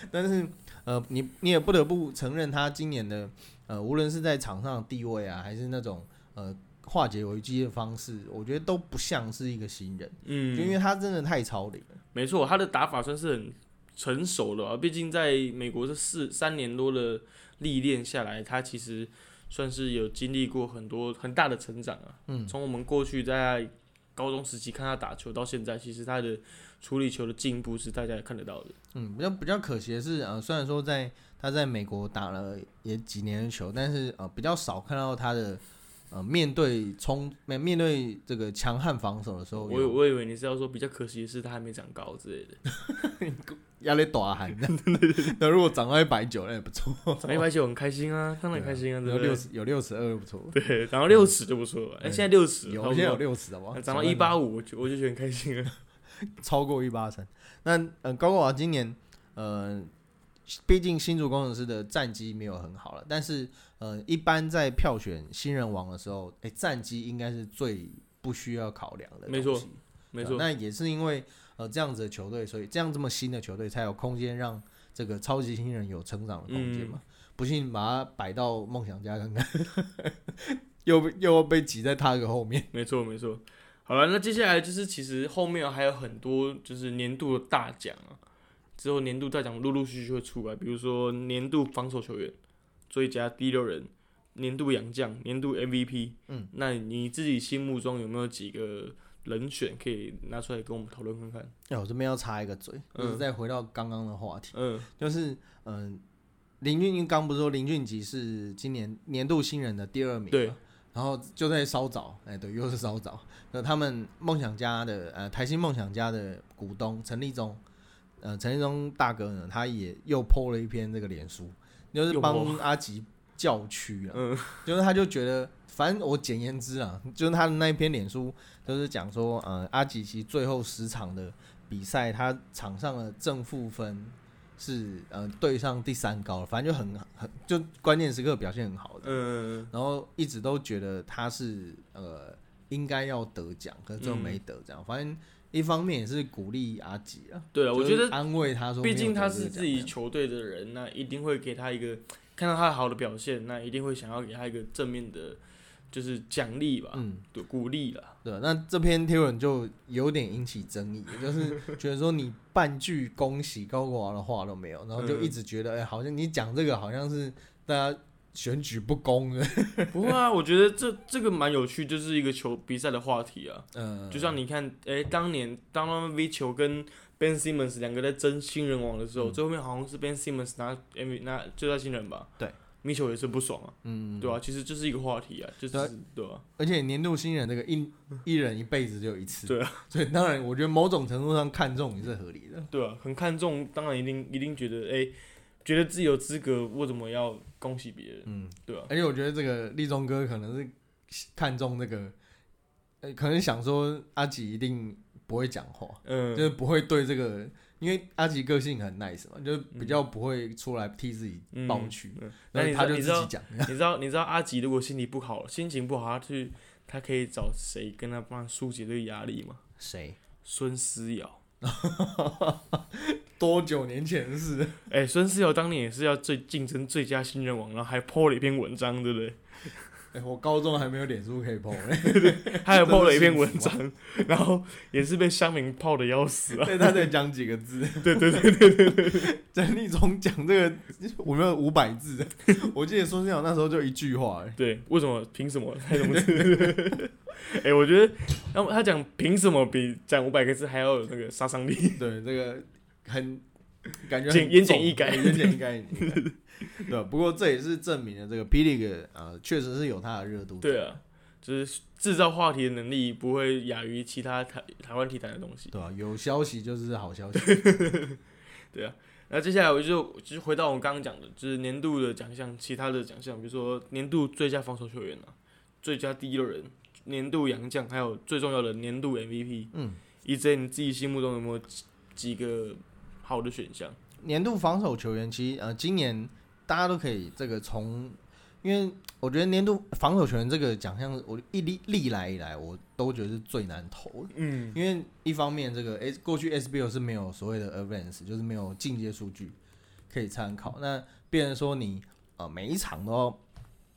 Speaker 2: 但是呃，你你也不得不承认他今年的呃，无论是在场上的地位啊，还是那种呃化解危机的方式，我觉得都不像是一个新人，就因
Speaker 1: 嗯，
Speaker 2: 为他真的太超龄了。
Speaker 1: 没错，他的打法算是很成熟了吧？啊毕竟在美国这四三年多的历练下来，他其实算是有经历过很多很大的成长啊。
Speaker 2: 嗯
Speaker 1: 从我们过去在高中时期看他打球到现在，其实他的处理球的进步是大家也看得到的。
Speaker 2: 嗯，比较比较可惜的是，呃，虽然说在他在美国打了也几年的球，但是呃比较少看到他的呃面对冲面面对这个强悍防守的时候
Speaker 1: 我以
Speaker 2: 有
Speaker 1: 我以为你是要说比较可惜的是他还没长高之 类的，
Speaker 2: 压力大 喊。 那如果长到一百九，那也不错，
Speaker 1: 长一百九很开心啊，当然开心啊，对
Speaker 2: 有
Speaker 1: 不
Speaker 2: 六
Speaker 1: 对？
Speaker 2: 十有六十二不错，
Speaker 1: 对，长到六尺就不错了。哎，
Speaker 2: 嗯
Speaker 1: 现在六尺，
Speaker 2: 有
Speaker 1: 差不
Speaker 2: 现在有
Speaker 1: 多
Speaker 2: 六十好不好？
Speaker 1: 长到一八五，我就我就觉得很开心了。
Speaker 2: 超过一八三。那呃，高国华今年呃，毕竟新竹工程师的战绩没有很好了，但是呃，一般在票选新人王的时候，哎、战绩应该是最不需要考量的东西。
Speaker 1: 没错没
Speaker 2: 对吧
Speaker 1: 错，
Speaker 2: 啊那也是因为呃这样子的球队，所以这样这么新的球队才有空间让这个超级新人有成长的空间
Speaker 1: 嗯
Speaker 2: 嘛。不信把它摆到梦想家看看， 又被又要被挤在他的后面。
Speaker 1: 没错，没错。好了，那接下来就是其实后面还有很多就是年度的大奖啊，之后年度大奖陆陆续续会出来，比如说年度防守球员、最佳第六人、年度洋将、年度 MVP。
Speaker 2: 嗯，
Speaker 1: 那你自己心目中有没有几个人选可以拿出来跟我们讨论看看？
Speaker 2: 哎、我这边要插一个嘴，就是
Speaker 1: 嗯
Speaker 2: 再回到刚刚的话题。
Speaker 1: 嗯，
Speaker 2: 就是嗯，林俊英刚不是说林俊杰是今年年度新人的第二名，
Speaker 1: 对，
Speaker 2: 然后就在稍早，哎，对，又是稍早，那他们梦想家的呃台新梦想家的股东陈立忠，呃，陈立忠大哥呢，他也又 PO 了一篇这个脸书，就是
Speaker 1: 又
Speaker 2: 帮
Speaker 1: po
Speaker 2: 阿吉叫屈啊，
Speaker 1: 嗯
Speaker 2: 就是他就觉得。反正我简言之啊，就是他的那一篇脸书，就是讲说，呃，阿吉其实最后十场的比赛，他场上的正负分是呃对上第三高了，反正就很很就关键时刻表现很好的，
Speaker 1: 嗯，
Speaker 2: 然后一直都觉得他是呃应该要得奖，可是最后没得奖。反正一方面也是鼓励阿吉啊，
Speaker 1: 对了，我
Speaker 2: 就是
Speaker 1: 觉得
Speaker 2: 安慰他说
Speaker 1: 毕
Speaker 2: 没有得这
Speaker 1: 竟
Speaker 2: 个奖
Speaker 1: 他
Speaker 2: 这样，
Speaker 1: 是自己球队的人，那一定会给他一个看到他好的表现，那一定会想要给他一个正面的，就是奖励吧，
Speaker 2: 嗯。
Speaker 1: 对，鼓励 啦。
Speaker 2: 对，那这篇贴文就有点引起争议，就是觉得说你半句恭喜高国华的话都没有，然后就一直觉得，哎、好像你讲这个好像是大家选举不公 的，
Speaker 1: 不会啊，我觉得这这个蛮有趣，就是一个球比赛的话题啊。
Speaker 2: 嗯，
Speaker 1: 就像你看，哎、当年当 MV 球跟 Ben Simmons 两个在争新人王的时候，
Speaker 2: 嗯
Speaker 1: 最后面好像是 Ben Simmons 拿 MV 拿最佳新人吧？
Speaker 2: 对，
Speaker 1: 米球也是不爽啊，
Speaker 2: 嗯，
Speaker 1: 对啊，其实就是一个话题啊，就是
Speaker 2: 对啊
Speaker 1: 对啊，
Speaker 2: 而且年度新人这个一一人一辈子只有一次，
Speaker 1: 对
Speaker 2: 啊，所以当然我觉得某种程度上看重也是合理的，
Speaker 1: 对啊，很看重，当然一定一定觉得，哎、觉得自己有资格，为什么要恭喜别人？
Speaker 2: 嗯，
Speaker 1: 对啊，
Speaker 2: 而且我觉得这个立中哥可能是看重这个，呃，可能想说阿吉一定不会讲话，
Speaker 1: 嗯，
Speaker 2: 就是不会对这个，因为阿吉个性很 nice 嘛，就是比较不会出来替自己抱屈，
Speaker 1: 嗯，那
Speaker 2: 然
Speaker 1: 你
Speaker 2: 后
Speaker 1: 知道
Speaker 2: 他就
Speaker 1: 你
Speaker 2: 自
Speaker 1: 知道
Speaker 2: 己讲。
Speaker 1: 你知道你知道阿吉如果心情不好，心情不好，他去他可以找谁跟他帮他疏解这个压力吗？
Speaker 2: 谁？
Speaker 1: 孙思尧，
Speaker 2: 多久年前的事？
Speaker 1: 哎、孙思尧当年也是要最竞争最佳新人王，然后还 po 了一篇文章，对不对？
Speaker 2: 哎、我高中还没有脸 书可以 PO 嘞，
Speaker 1: 他还 po 了一篇
Speaker 2: 真的
Speaker 1: 文
Speaker 2: 是幸啊
Speaker 1: 章，然后也是被乡民泡的要死啊！
Speaker 2: 对，他才讲几个字。
Speaker 1: 对对对，
Speaker 2: 整理总讲这个，我们有五百字， 我记得孙思邈那时候就一句话、哎
Speaker 1: 对，为什么？凭什么？他怎么知？ 哎、我觉得，然后他讲凭什么比讲五百个字还要有那个杀伤力？
Speaker 2: 对，这个很感觉
Speaker 1: 简
Speaker 2: 很
Speaker 1: 言
Speaker 2: 重
Speaker 1: 简意赅
Speaker 2: 对言简意赅。言简意赅对，不过这也是证明了这个 P League 呃，确实是有它的热度。
Speaker 1: 对啊，就是制造话题的能力不会亚于其他台台湾体坛的东西。
Speaker 2: 对啊，有消息就是好消息。
Speaker 1: 那接下来我就就是回到我刚刚讲的，就是年度的奖项，其他的奖项，比如说年度最佳防守球员啊，最佳第一人，年度洋将，还有最重要的年度 MVP。
Speaker 2: 嗯
Speaker 1: ，EJ 你自己心目中有没有几几个好的选项？
Speaker 2: 年度防守球员，其实呃，今年大家都可以这个从，因为我觉得年度防守球员这个奖项，我一历历来以来，我都觉得是最难投的。
Speaker 1: 嗯，
Speaker 2: 因为一方面，这个 S 过去 SBL 是没有所谓的 advance，就是没有进阶数据可以参考。
Speaker 1: 嗯
Speaker 2: 那变成说你呃每一场都要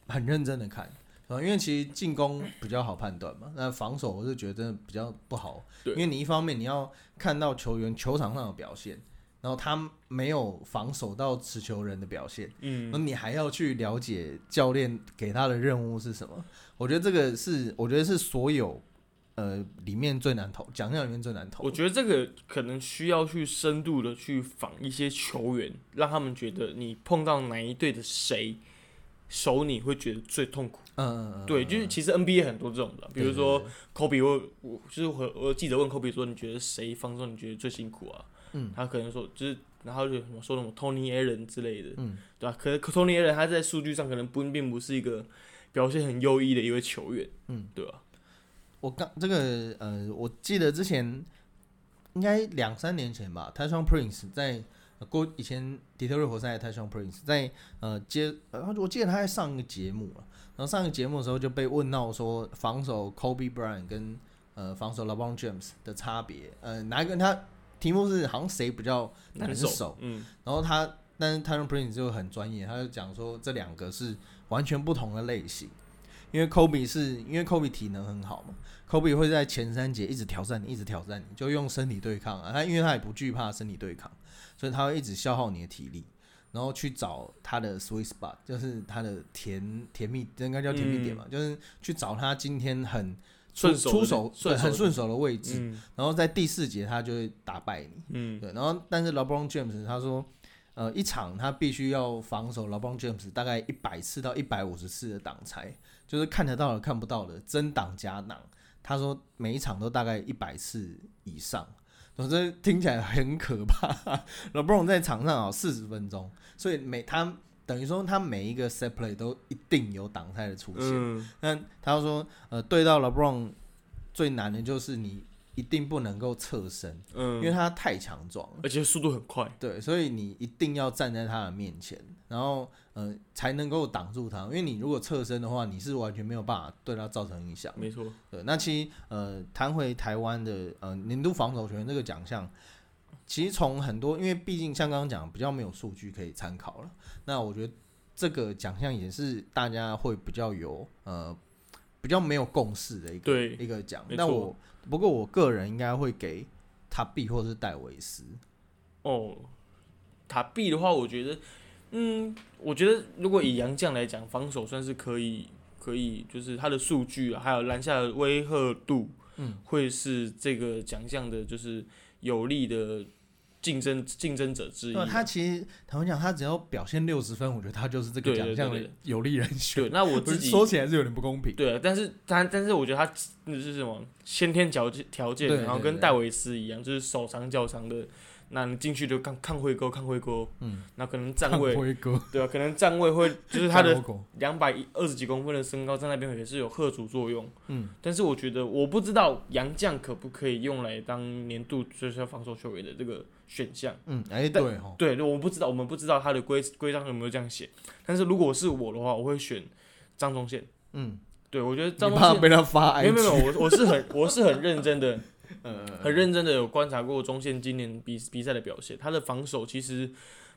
Speaker 2: 很认真的看，啊，因为其实进攻比较好判断嘛，那防守我是觉得真的比较不好，
Speaker 1: 对
Speaker 2: 因为你一方面你要看到球员球场上的表现，然然后他没有防守到持球人的表现，那
Speaker 1: 嗯，
Speaker 2: 你还要去了解教练给他的任务是什么？我觉得这个是，我觉得是所有呃里面最难投，奖项里面最难投的。
Speaker 1: 我觉得这个可能需要去深度的去访一些球员，让他们觉得你碰到哪一队的谁守你会觉得最痛苦。
Speaker 2: 嗯嗯嗯，
Speaker 1: 对，就是其实 NBA 很多这种的，比如说 Kobe，我我就是我我记者问 Kobe 说，你觉得谁防守你觉得最辛苦啊？
Speaker 2: 嗯
Speaker 1: 他可能说就是，然后就什么说什么 Tony Allen 之类的，
Speaker 2: 嗯
Speaker 1: 对吧、可是 Tony Allen 他在数据上可能不并不是一个表现很优异的一位球员，
Speaker 2: 嗯，
Speaker 1: 对吧、
Speaker 2: 我刚这个呃，我记得之前应该两三年前吧 t y s o n Prince 在、呃过以前底特律活塞的 t y s o n Prince 在呃接，呃我记得他在上一个节目了，然后上一个节目的时候就被问到说防守 Kobe Bryant 跟呃防守 LeBron James 的差别，呃哪一个他题目是好像谁比较难
Speaker 1: 守，
Speaker 2: 守
Speaker 1: 嗯，
Speaker 2: 然后他，但是 t y r o n Prince 就很专业，他就讲说这两个是完全不同的类型。因为 Kobe 是因为 Kobe 体能很好嘛，Kobe 会在前三节一直挑战你，一直挑战你，就用身体对抗啊。他因为他也不惧怕身体对抗，所以他会一直消耗你的体力，然后去找他的 sweet spot，就是他的甜甜蜜，这应该叫甜蜜点嘛，就是去找他今天很出
Speaker 1: 嗯顺手的
Speaker 2: 出手
Speaker 1: 顺
Speaker 2: 对
Speaker 1: 手
Speaker 2: 很
Speaker 1: 的
Speaker 2: 顺手的位置，
Speaker 1: 嗯
Speaker 2: 然后在第四节他就会打败你。
Speaker 1: 嗯
Speaker 2: 对，然后但是 LeBron James 他说，呃，一场他必须要防守 LeBron James 大概一百次到一百五十次的挡拆，就是看得到的、看不到的真挡假挡。他说每一场都大概一百次以上，总之听起来很可怕。LeBron 在场上啊四十分钟，所以每他等于说他每一个 set play 都一定有挡拆的出现。
Speaker 1: 嗯，
Speaker 2: 那他说，呃，对到 LeBron 最难的就是你一定不能够侧身，因为
Speaker 1: 嗯，
Speaker 2: 他太强壮了。
Speaker 1: 而且速度很快，
Speaker 2: 对，所以你一定要站在他的面前，然后呃才能够挡住他，因为你如果侧身的话，你是完全没有办法对他造成影响的。
Speaker 1: 没错，
Speaker 2: 对，那其实呃谈回台湾的呃年度防守球员这个奖项，其实从很多，因为毕竟像刚刚讲比较没有数据可以参考了，那我觉得这个奖项也是大家会比较有呃比较没有共识的一个
Speaker 1: 对，
Speaker 2: 一个奖。
Speaker 1: 没
Speaker 2: 那
Speaker 1: 错
Speaker 2: 我不过我个人应该会给塔比或是戴维斯。
Speaker 1: 哦，塔壁的话，我觉得，嗯，我觉得如果以杨将来讲，防守算是可以，可以，就是他的数据、啊、还有篮下的威吓度，
Speaker 2: 嗯，
Speaker 1: 会是这个奖项的，就是有力的竞争竞争者之一
Speaker 2: 对，
Speaker 1: 啊。
Speaker 2: 他其实坦白讲，他只要表现六十分，我觉得他就是这个
Speaker 1: 对
Speaker 2: 奖
Speaker 1: 对
Speaker 2: 项
Speaker 1: 对
Speaker 2: 的
Speaker 1: 对
Speaker 2: 有利人选。
Speaker 1: 对，那我自
Speaker 2: 不是
Speaker 1: 己
Speaker 2: 说起来是有点不公平。
Speaker 1: 对啊，但是他但是我觉得他那是什么先天条件条件
Speaker 2: 对，
Speaker 1: 然后
Speaker 2: 对
Speaker 1: 跟
Speaker 2: 对
Speaker 1: 戴维斯一样，就是手长脚长的，那你进去就看看会勾看会勾，
Speaker 2: 嗯，
Speaker 1: 那可能站位
Speaker 2: 辉哥
Speaker 1: 对啊，可能站位 会就是他的
Speaker 2: 干我狗
Speaker 1: 两百二十几公分的身高在那边也是有贺主作用，
Speaker 2: 嗯，
Speaker 1: 但是我觉得我不知道杨将可不可以用来当年度最佳防守球员的这个选项。
Speaker 2: 嗯，哎，对哈，
Speaker 1: 对，我不知道，我们不知道他的规规章有没有这样写。但是如果是我的话，我会选张宗宪。
Speaker 2: 嗯，
Speaker 1: 对，我觉得
Speaker 2: 你
Speaker 1: 张宗
Speaker 2: 怕
Speaker 1: 宪
Speaker 2: 被他发
Speaker 1: 没有没有，
Speaker 2: IG，
Speaker 1: 没有我我是很我是很认真的，
Speaker 2: 呃，
Speaker 1: 很认真的有观察过中线今年比比赛的表现，他的防守其实，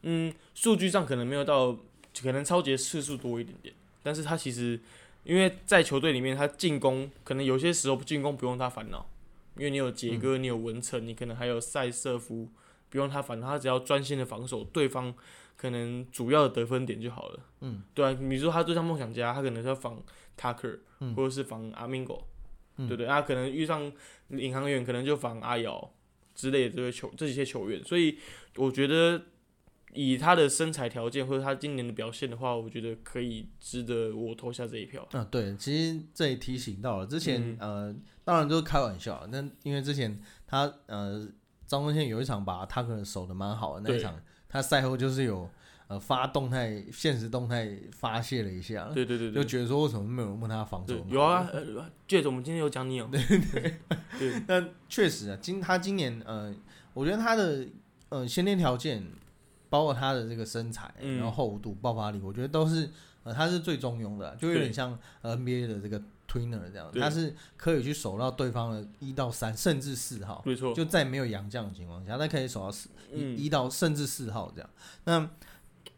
Speaker 1: 嗯，数据上可能没有到，可能超节次数多一点点，但是他其实因为在球队里面，他进攻可能有些时候进攻不用他烦恼，因为你有杰哥，你有文成，你可能还有塞瑟夫，不用他烦恼，他只要专心的防守对方可能主要的得分点就好了。
Speaker 2: 嗯，
Speaker 1: 对啊，比如说他对上梦想家，他可能是要防 Tucker，、
Speaker 2: 嗯
Speaker 1: 或者是防阿明狗，
Speaker 2: 嗯
Speaker 1: 对不对？他可能遇上领航员，可能就防阿瑶之类的这些球这些球员，所以我觉得以他的身材条件或者他今年的表现的话，我觉得可以值得我投下这一票。
Speaker 2: 嗯，对，其实这也提醒到了，之
Speaker 1: 嗯
Speaker 2: 前、呃，当然都是开玩笑，那因为之前他呃，张文宪有一场把他可能守的蛮好的那一
Speaker 1: 对
Speaker 2: 场，他赛后就是有呃发动态、现实动态发泄了一下，
Speaker 1: 对对对
Speaker 2: 就
Speaker 1: 对。
Speaker 2: 觉得说为什么呃没有人问他防守
Speaker 1: 对
Speaker 2: 好？，
Speaker 1: 有啊，呃，借着我们今天有讲你哦，
Speaker 2: 那确实啊，今他今年呃，我觉得他的呃先天条件，包括他的这个身材，
Speaker 1: 嗯
Speaker 2: 然后厚度、爆发力，我觉得都是呃他是最中庸的啊，就有点
Speaker 1: 对
Speaker 2: 像呃 NBA 的这个 twinner 这样，
Speaker 1: 对
Speaker 2: 他是可以去守到对方的一到三甚至四号，
Speaker 1: 没错，
Speaker 2: 就在没有洋将的情况下，他可以守到四
Speaker 1: 嗯
Speaker 2: 一一到甚至四号这样。那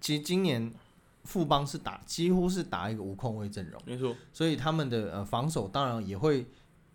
Speaker 2: 其实今年富邦是打几乎是打一个无控卫阵容。
Speaker 1: 没错，
Speaker 2: 所以他们的呃防守当然也会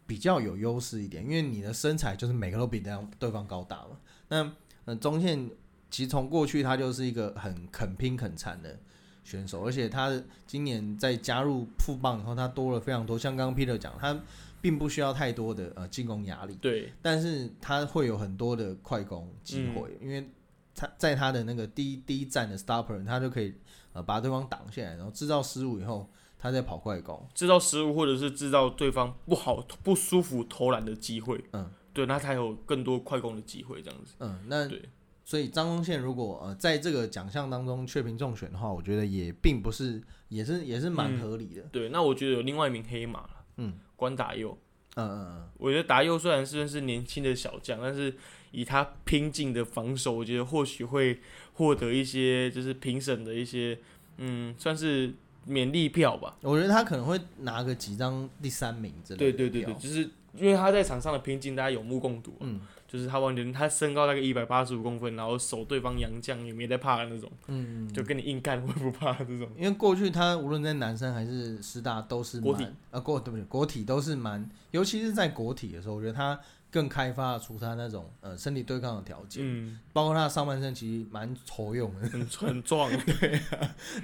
Speaker 2: 比较有优势一点，因为你的身材就是每个都比对方对方高大嘛。那呃中线其实从过去他就是一个很肯拼肯缠的选手，而且他今年在加入副棒以后，他多了非常多，像刚刚 Peter 讲，他并不需要太多的呃进攻压力，
Speaker 1: 对，
Speaker 2: 但是他会有很多的快攻机会，因为他在他的那个第一第一站的 stopper，他就可以呃把对方挡下来，然后制造失误以后，他再跑快攻。
Speaker 1: 制造失误或者是制造对方不好不舒服投篮的机会，
Speaker 2: 嗯，
Speaker 1: 对，那才有更多快攻的机会这样子。
Speaker 2: 嗯，那
Speaker 1: 对
Speaker 2: 所以张宗宪如果呃在这个奖项当中确评中选的话，我觉得也并不是，也是也是蛮
Speaker 1: 嗯
Speaker 2: 合理的。
Speaker 1: 对，那我觉得有另外一名黑马了，
Speaker 2: 嗯，
Speaker 1: 关达佑。
Speaker 2: 嗯嗯
Speaker 1: 我觉得达佑虽然是是年轻的小将，但是以他拼劲的防守，我觉得或许会获得一些就是评审的一些嗯，算是勉励票吧。
Speaker 2: 嗯，我觉得他可能会拿个几张第三名之类
Speaker 1: 对
Speaker 2: 的。
Speaker 1: 对对对，，就是因为他在场上的拼劲，大家有目共睹、啊。
Speaker 2: 嗯
Speaker 1: 就是他完全他身高大概一百八十五公分，然后守对方洋将也没在怕的那种，
Speaker 2: 嗯，
Speaker 1: 就跟你硬干我也不怕这种。
Speaker 2: 因为过去他无论在男生还是师大都是
Speaker 1: 国体
Speaker 2: 蛮啊国对不对国体都是蛮，尤其是在国体的时候，我觉得他更开发出他那种呃身体对抗的条件，
Speaker 1: 嗯，
Speaker 2: 包括他的上半身其实蛮愁用的。
Speaker 1: 很嗯很 壮，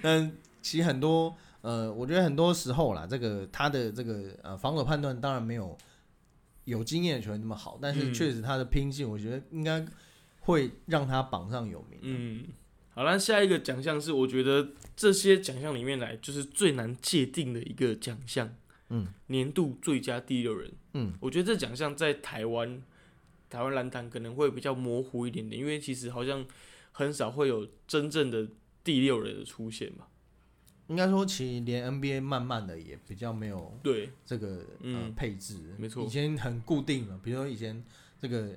Speaker 2: 但其实很多呃，我觉得很多时候啦，这个他的这个呃防守判断当然没有有经验的球员那么好，但是
Speaker 1: 嗯
Speaker 2: 确实他的拼劲，我觉得应该会让他榜上有名。
Speaker 1: 嗯，好那下一个奖项是我觉得这些奖项里面来就是最难界定的一个奖项，
Speaker 2: 嗯，
Speaker 1: 年度最佳第六人，
Speaker 2: 嗯，
Speaker 1: 我觉得这奖项在台湾台湾篮坛可能会比较模糊一点点，因为其实好像很少会有真正的第六人的出现嘛，
Speaker 2: 应该说，其实连 NBA 慢慢的也比较没有
Speaker 1: 对，
Speaker 2: 这个呃
Speaker 1: 嗯
Speaker 2: 配置，
Speaker 1: 没错
Speaker 2: 以前很固定了，比如说以前这个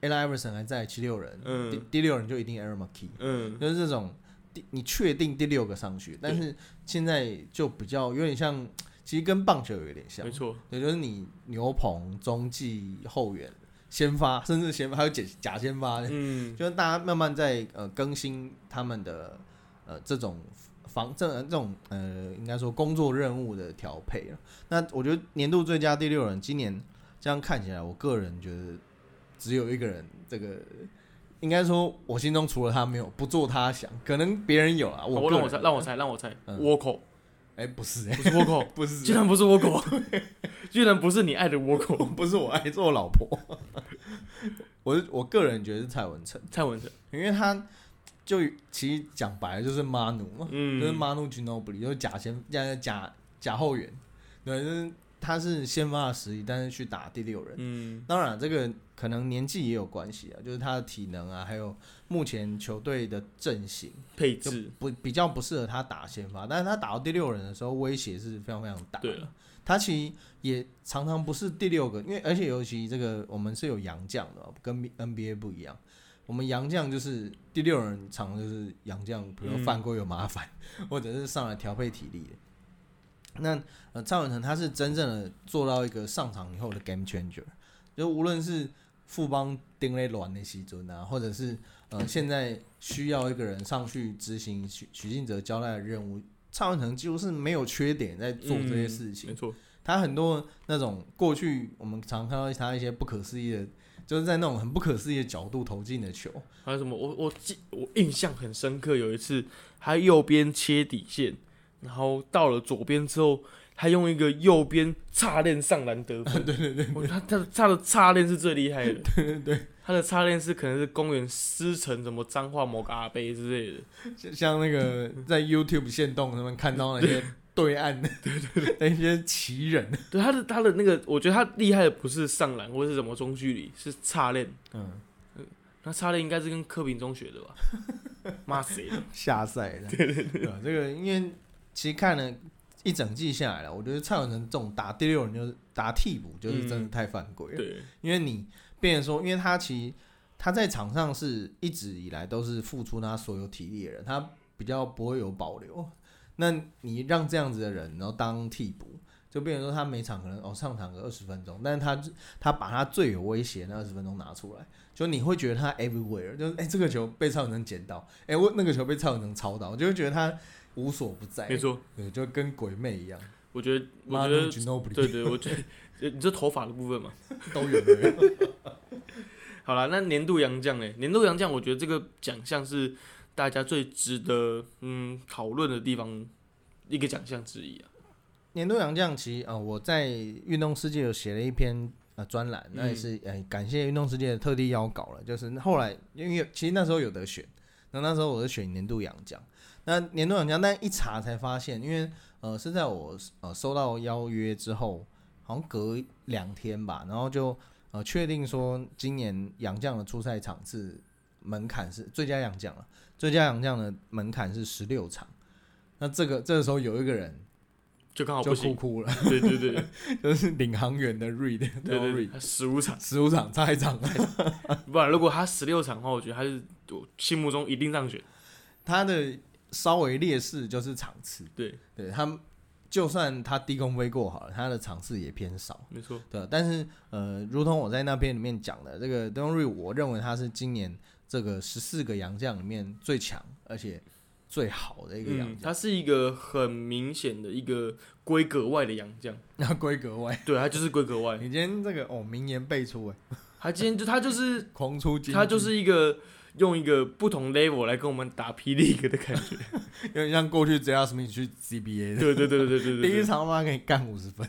Speaker 2: a l Iverson 还在七六人，
Speaker 1: 嗯
Speaker 2: 第第六人就一定 Aaron McKee，
Speaker 1: 嗯，
Speaker 2: 就是这种第你确定第六个上去，但是现在就比较有点像，其实跟棒球有点像
Speaker 1: 没，错，
Speaker 2: 也就是你牛棚、中继、后援、先发，甚至先发还有假假先发，
Speaker 1: 嗯，
Speaker 2: 就是大家慢慢在呃更新他们的呃这种防这这种呃应该说工作任务的调配了。那我觉得年度最佳第六人今年这样看起来，我个人觉得只有一个人，这个应该说我心中除了他没有，不做他想，可能别人有啊。
Speaker 1: 好
Speaker 2: 我
Speaker 1: 让我
Speaker 2: 个
Speaker 1: 猜，
Speaker 2: 人
Speaker 1: 让我，猜，让我猜，
Speaker 2: 嗯
Speaker 1: 倭寇
Speaker 2: 哎、不是、哎，
Speaker 1: 不是倭寇，
Speaker 2: 不是，
Speaker 1: 居然不是倭寇， 居然不是你爱的倭 寇，
Speaker 2: 不是我爱做老婆，我是我个人觉得是蔡文成，
Speaker 1: 蔡文成，
Speaker 2: 因为他就其实讲白了就是妈奴嘛。
Speaker 1: 嗯，
Speaker 2: 就是 Manu Ginobili，就是假前假假假后援，对，就是他是先发的实力，但是去打第六人。
Speaker 1: 嗯
Speaker 2: 当然，这个可能年纪也有关系啊，就是他的体能啊，还有目前球队的阵型
Speaker 1: 配
Speaker 2: 就
Speaker 1: 置，
Speaker 2: 不比较不适合他打先发，但是他打到第六人的时候威胁是非常非常大的。
Speaker 1: 对了，
Speaker 2: 他其实也常常不是第六个，因为而且尤其这个我们是有洋将的嘛，跟 NBA 不一样。我们洋将就是第六人，常常就是洋将，比如
Speaker 1: 嗯
Speaker 2: 犯规有麻烦， 或者是上来调配体力的。那呃，蔡文成他是真正的做到一个上场以后的 game changer，就无论是富邦丁雷卵的西尊啊，或者是呃现在需要一个人上去执行许许晋哲交代的任务，蔡文成几乎是没有缺点在做这些
Speaker 1: 嗯
Speaker 2: 事情。
Speaker 1: 没错，
Speaker 2: 他很多那种过去我们常看到他一些不可思议的，就是在那种很不可思议的角度投进的球，
Speaker 1: 还有什么？我我记我印象很深刻，有一次他右边切底线，然后到了左边之后，他用一个右边叉链上篮得分，对对对我觉得他他他的叉链是最厉害的，对对对，他的叉链是可能是公园师城什么彰化某个阿贝之类的，
Speaker 2: 就像那个在 YouTube 线动上面看到那些对岸的那些奇人，
Speaker 1: 对他的他的那个，我觉得他厉害的不是上篮或是什么中距离，是叉链。
Speaker 2: 嗯，
Speaker 1: 那叉链应该是跟科平中学的吧？骂谁的？
Speaker 2: 下赛的，对吧？这个因为其实看了一整季下来了，我觉得蔡文成这种打第六人就是打替补，就是真的
Speaker 1: 嗯
Speaker 2: 太犯规了。
Speaker 1: 对，
Speaker 2: 因为你变成说，因为他其实他在场上是一直以来都是付出他所有体力的人，他比较不会有保留。那你让这样子的人，然后当替补，就变成说他每场可能哦上场个二十分钟，但是他他把他最有威胁那二十分钟拿出来，就你会觉得他 everywhere，就是哎、这个球被蔡永能捡到，哎、我那个球被蔡永能抄到，就会觉得他无所不 在，
Speaker 1: 没，错，
Speaker 2: 对，就跟鬼魅一样。
Speaker 1: 我觉得，我觉
Speaker 2: Manu
Speaker 1: 得，
Speaker 2: Ginobili
Speaker 1: 对对，我觉得，呃你这头发的部分嘛，
Speaker 2: 都有的。
Speaker 1: 好了，那年度洋将嘞，年度洋将，我觉得这个奖项是大家最值得嗯讨论的地方一个奖项之一啊。
Speaker 2: 年度洋将其实啊、呃我在运动世界有写了一篇呃专
Speaker 1: 嗯
Speaker 2: 栏，那也是呃感谢运动世界的特地邀稿了。就是后来因为其实那时候有得选，那那时候我是选年度洋将。那年度洋将，但一查才发现，因为呃是在我呃收到邀约之后，好像隔两天吧，然后就呃确定说今年洋将的出赛场次门槛是最佳洋将了，最佳洋将的门槛是十六场。那这个这个时候有一个人
Speaker 1: 就刚好
Speaker 2: 就
Speaker 1: 哦不
Speaker 2: 哭
Speaker 1: 行，
Speaker 2: 哭了。
Speaker 1: 对对对对
Speaker 2: 就是领航员的 Reed，
Speaker 1: 对对
Speaker 2: Reed，
Speaker 1: 对，十五场，
Speaker 2: 十五场差一场，
Speaker 1: 不然如果他十六场的话，我觉得他是我心目中一定上选。
Speaker 2: 他的稍微劣势就是场次，
Speaker 1: 对，
Speaker 2: 对他就算他低空飞过好了，他的场次也偏少，
Speaker 1: 没错，
Speaker 2: 对啊，但是呃，如同我在那篇里面讲的，这个 d o n r y 我认为他是今年这个十四个洋将里面最强而且最好的一个
Speaker 1: 嗯
Speaker 2: 洋，将，
Speaker 1: 他是一个很明显的一个规格外的洋将，
Speaker 2: 那规格外，
Speaker 1: 对他就是规格外。
Speaker 2: 你今天这个哦名言辈出哎，
Speaker 1: 他今天就他就是
Speaker 2: 狂出金句，
Speaker 1: 他就是一个用一个不同 level 来跟我们打 P League 的感觉。
Speaker 2: 有点像过去 JR Smith 去 CBA 的，
Speaker 1: 对对对对对对对，
Speaker 2: 第一场他妈可以干五十分。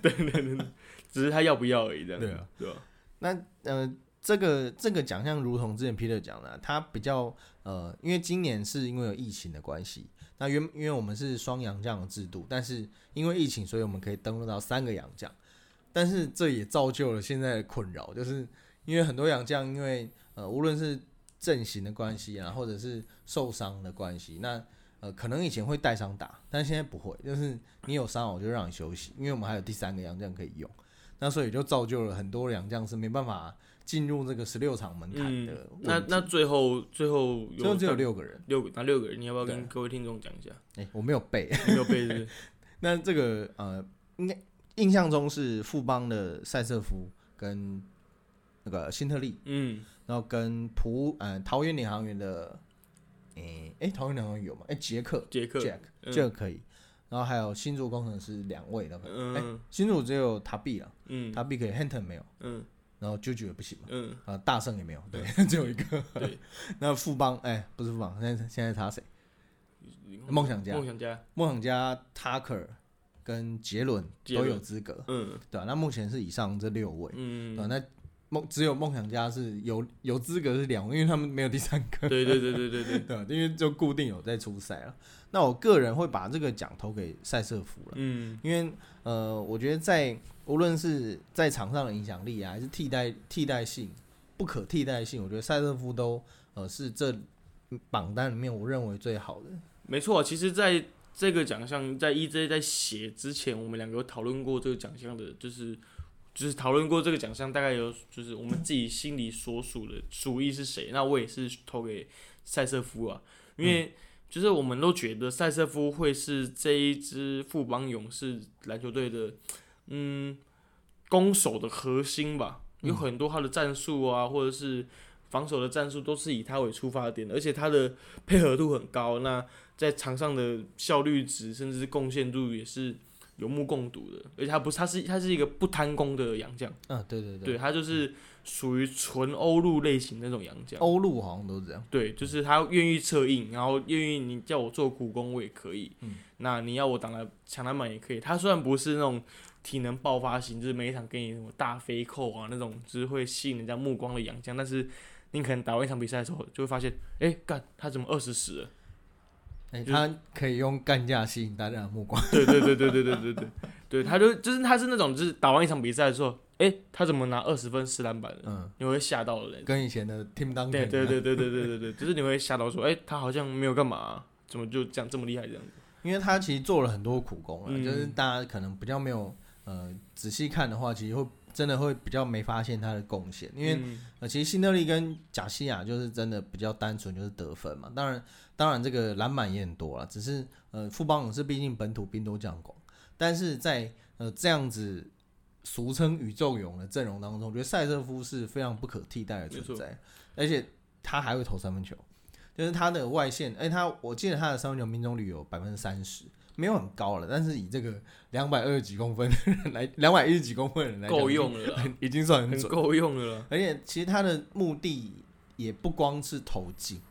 Speaker 1: 只是他要不要而已，这样子
Speaker 2: 对啊，
Speaker 1: 对吧？
Speaker 2: 那呃，这个这个奖项，如同之前 Peter 讲的啊，它比较呃，因为今年是因为有疫情的关系，那原因为我们是双阳将的制度，但是因为疫情，所以我们可以登录到三个阳将，但是这也造就了现在的困扰，就是因为很多阳将因为呃，无论是阵型的关系啊，或者是受伤的关系，那呃，可能以前会带伤打，但现在不会，就是你有伤我就让你休息，因为我们还有第三个洋将可以用，那所以就造就了很多洋将是没办法进入这个十六场门槛的
Speaker 1: 嗯，
Speaker 2: 问题、
Speaker 1: 那那最后最后
Speaker 2: 最后
Speaker 1: 有
Speaker 2: 只有六个人，
Speaker 1: 六个，啊那六个人，你要不要
Speaker 2: 对
Speaker 1: 跟各位听众讲一下？
Speaker 2: 哎、我没有背。
Speaker 1: 你有背 是不是
Speaker 2: 那这个呃，应该印象中是富邦的塞瑟夫跟那个辛特利，
Speaker 1: 嗯，
Speaker 2: 然后跟普呃桃园领航员的，哎、哎、桃园领航员有吗？哎、杰克
Speaker 1: 杰克，
Speaker 2: Jack
Speaker 1: 嗯
Speaker 2: 这个可以，然后还有新竹工程师两位的，哎、
Speaker 1: 嗯
Speaker 2: 新竹只有塔比了，
Speaker 1: 嗯
Speaker 2: 塔比可以，Hinton 没有，
Speaker 1: 嗯
Speaker 2: 然后 JoJo 也不行嘛，
Speaker 1: 嗯，
Speaker 2: 啊、大圣也没有，对， 只有一个。
Speaker 1: 对，
Speaker 2: 那富邦哎、不是富邦，现在现在他谁？梦想家
Speaker 1: 梦想家，
Speaker 2: 梦想家 Tucker 跟杰伦
Speaker 1: 杰
Speaker 2: 都
Speaker 1: 伦
Speaker 2: 有资格，
Speaker 1: 嗯
Speaker 2: 对啊，那目前是以上这六位，对
Speaker 1: 嗯，
Speaker 2: 啊那梦只有梦想家是有有资格是两位，因为他们没有第三个，
Speaker 1: 对对对对对对，
Speaker 2: 对啊，因为就固定有在出赛了。那我个人会把这个奖投给塞瑟夫了，
Speaker 1: 嗯
Speaker 2: 因为呃，我觉得在无论是在场上的影响力啊，还是替代替代性、不可替代性，我觉得塞瑟夫都呃是这榜单里面我认为最好的。
Speaker 1: 没错，其实在这个奖项，在 EJ 在写之前，我们两个有讨论过这个奖项的，就是就是讨论过这个奖项大概有就是我们自己心里所属的主意是谁。那我也是投给塞瑟夫啊，因为就是我们都觉得塞瑟夫会是这一支富邦勇士篮球队的，嗯，攻守的核心吧。有很多他的战术啊，或者是防守的战术，都是以他为出发点，而且他的配合度很高。那在场上的效率值甚至是贡献度也是有目共睹的，而且他不是，他是他是一个不贪功的洋将，
Speaker 2: 嗯、对对
Speaker 1: 对啊他就是属于纯欧陆类型那种洋将，
Speaker 2: 欧陆好像都是这样。
Speaker 1: 对，就是他愿意策应，然后愿意你叫我做苦工我也可以，
Speaker 2: 嗯
Speaker 1: 那你要我挡篮抢篮板也可以。他虽然不是那种体能爆发型，就是每一场给你什么大飞扣啊那种，就是会吸引人家目光的洋将，但是你可能打完一场比赛的时候，就会发现，哎、干他怎么二十十了？
Speaker 2: 哎、
Speaker 1: 就是
Speaker 2: 他可以用干架吸引大家的目光。
Speaker 1: 对对对对对对对对，对，他就就是他是那种就是打完一场比赛的时候，诶，他怎么拿二十分十篮板了？
Speaker 2: 嗯，
Speaker 1: 你会吓到的嘞。
Speaker 2: 跟以前的 Tim Duncan 啊
Speaker 1: 对对
Speaker 2: 一样，
Speaker 1: 对对对对对对，就是你会吓到说，诶，他好像没有干嘛啊、怎么就这样这么厉害这样子？
Speaker 2: 因为他其实做了很多苦工了，
Speaker 1: 嗯
Speaker 2: 就是大家可能比较没有呃仔细看的话，其实会真的会比较没发现他的贡献，因为、
Speaker 1: 嗯
Speaker 2: 呃其实辛特利跟贾西亚就是真的比较单纯，就是得分嘛。当然当然这个篮板也很多了，只是呃富邦勇士毕竟本土兵多将广，但是在呃这样子。俗称宇宙勇的阵容当中，我觉得塞瑟夫是非常不可替代的
Speaker 1: 没错
Speaker 2: 存在，而且他还会投三分球，就是他的外线，哎、他我记得他的三分球命中率有百分之三十，没有很高了，但是以这个两百二十几公分的人来，两百一十几公分的人来讲
Speaker 1: 够，用了啦，
Speaker 2: 很已经算很
Speaker 1: 很
Speaker 2: 准。
Speaker 1: 够用了 啦。
Speaker 2: 而且其实他的目的也不光是投进，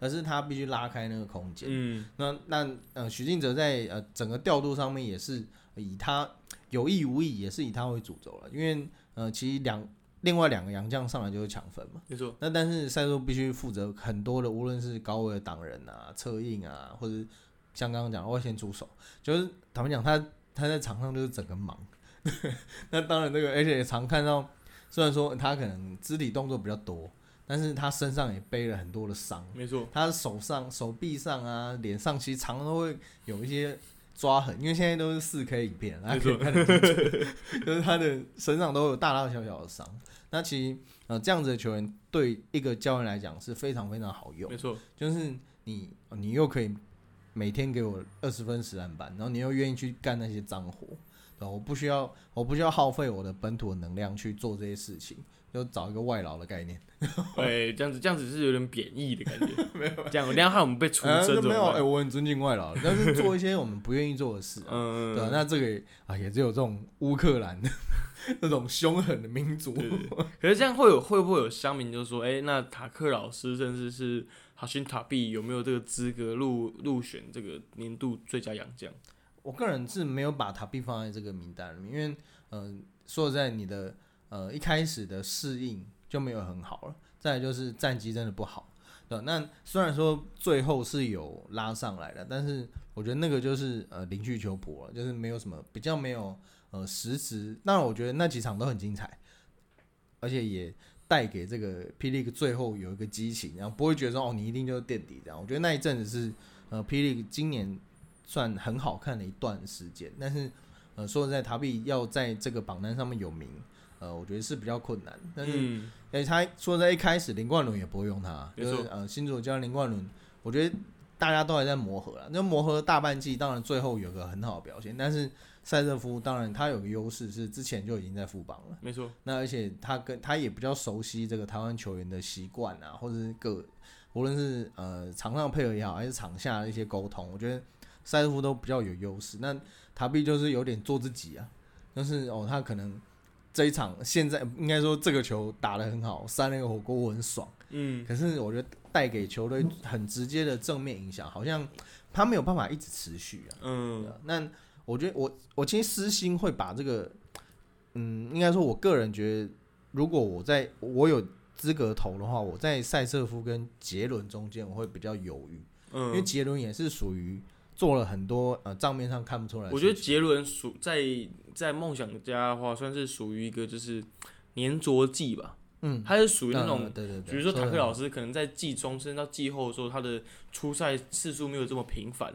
Speaker 2: 而是他必须拉开那个空间。
Speaker 1: 嗯，
Speaker 2: 那那呃，许晋哲在呃整个调度上面也是以他有意无意也是以他为主轴了，因为呃其实两另外两个洋将上来就是抢分嘛。
Speaker 1: 没错，
Speaker 2: 那但是赛洛必须负责很多的，无论是高位的挡人啊、策应啊，或者像刚刚讲的外线出手，就是坦白讲，他他在场上就是整个忙。 那当然，这个而且也常看到，虽然说他可能肢体动作比较多，但是他身上也背了很多的伤，
Speaker 1: 没错，
Speaker 2: 他手上、手臂上啊、脸上，其实常常都会有一些抓痕，因为现在都是四 K 影 片，大家可以
Speaker 1: 没错
Speaker 2: 看得清楚， 就是他的身上都有大大小小的伤。那其实呃，这样子的球员对一个教练来讲是非常非常好用
Speaker 1: 没，错，
Speaker 2: 就是你你又可以每天给我二十分十篮板，然后你又愿意去干那些脏活，然后我不需要我不需要耗费我的本土的能量去做这些事情，就找一个外劳的概念。
Speaker 1: 哎，这样子这样子是有点贬义的感 觉，没有，这样等一下害我们被出
Speaker 2: 啊，
Speaker 1: 征
Speaker 2: 这
Speaker 1: 怎
Speaker 2: 没有，
Speaker 1: 么
Speaker 2: 哎、
Speaker 1: 办？
Speaker 2: 我很尊敬外劳，但是做一些我们不愿意做的事、啊，对 啊、
Speaker 1: 嗯，
Speaker 2: 那这个也啊，也只有这种乌克兰那种凶狠的民族，
Speaker 1: 对对对可是这样会有会不会有乡民就说，哎、那塔克老师甚至是哈辛塔比有没有这个资格入入选这个年度最佳洋将？
Speaker 2: 我个人是没有把塔比放在这个名单里面，因为嗯、呃，说实在你的呃一开始的适应就没有很好了，再来就是战绩真的不好。对吧，那虽然说最后是有拉上来的，但是我觉得那个就是呃零去求谱了，就是没有什么比较没有呃实质。那我觉得那几场都很精彩，而且也带给这个霹雳最后有一个激情，然后不会觉得说哦你一定就是垫底这样。我觉得那一阵子是呃霹雳今年算很好看的一段时间，但是呃说实在，塔比要在这个榜单上面有名，呃我觉得是比较困难。但是、
Speaker 1: 嗯，
Speaker 2: 而且他说在一开始林冠伦也不会用他，
Speaker 1: 没
Speaker 2: 就
Speaker 1: 错
Speaker 2: 是呃新主教练林冠伦，我觉得大家都还在磨合了。那磨合大半季，当然最后有个很好的表现，但是塞瑟夫当然他有个优势是之前就已经在副帮了，
Speaker 1: 没错，
Speaker 2: 那而且他跟他也比较熟悉这个台湾球员的习惯啊，或者是各无论是呃场上配合也好，还是场下的一些沟通，我觉得塞瑟夫都比较有优势。那塔比就是有点做自己啊，就是哦，他可能这一场现在应该说这个球打得很好，塞那个火锅我很爽，
Speaker 1: 嗯，
Speaker 2: 可是我觉得带给球队很直接的正面影响，好像他没有办法一直持续啊。对
Speaker 1: 嗯，
Speaker 2: 啊那我觉得我我其实私心会把这个，嗯，应该说我个人觉得，如果我在我有资格投的话，我在塞瑟夫跟杰伦中间我会比较犹豫，因为
Speaker 1: 嗯，
Speaker 2: 杰伦也是属于做了很多呃账面上看不出来的
Speaker 1: 我
Speaker 2: 事
Speaker 1: 觉
Speaker 2: 情。
Speaker 1: 得杰伦属在在梦想家的话，算是属于一个就是粘着剂吧，
Speaker 2: 嗯，
Speaker 1: 他是属于那
Speaker 2: 呃
Speaker 1: 种。
Speaker 2: 对对对，
Speaker 1: 比如说塔克老
Speaker 2: 师，
Speaker 1: 师可能在季中甚至到季后的时候，他的出赛次数没有这么频繁，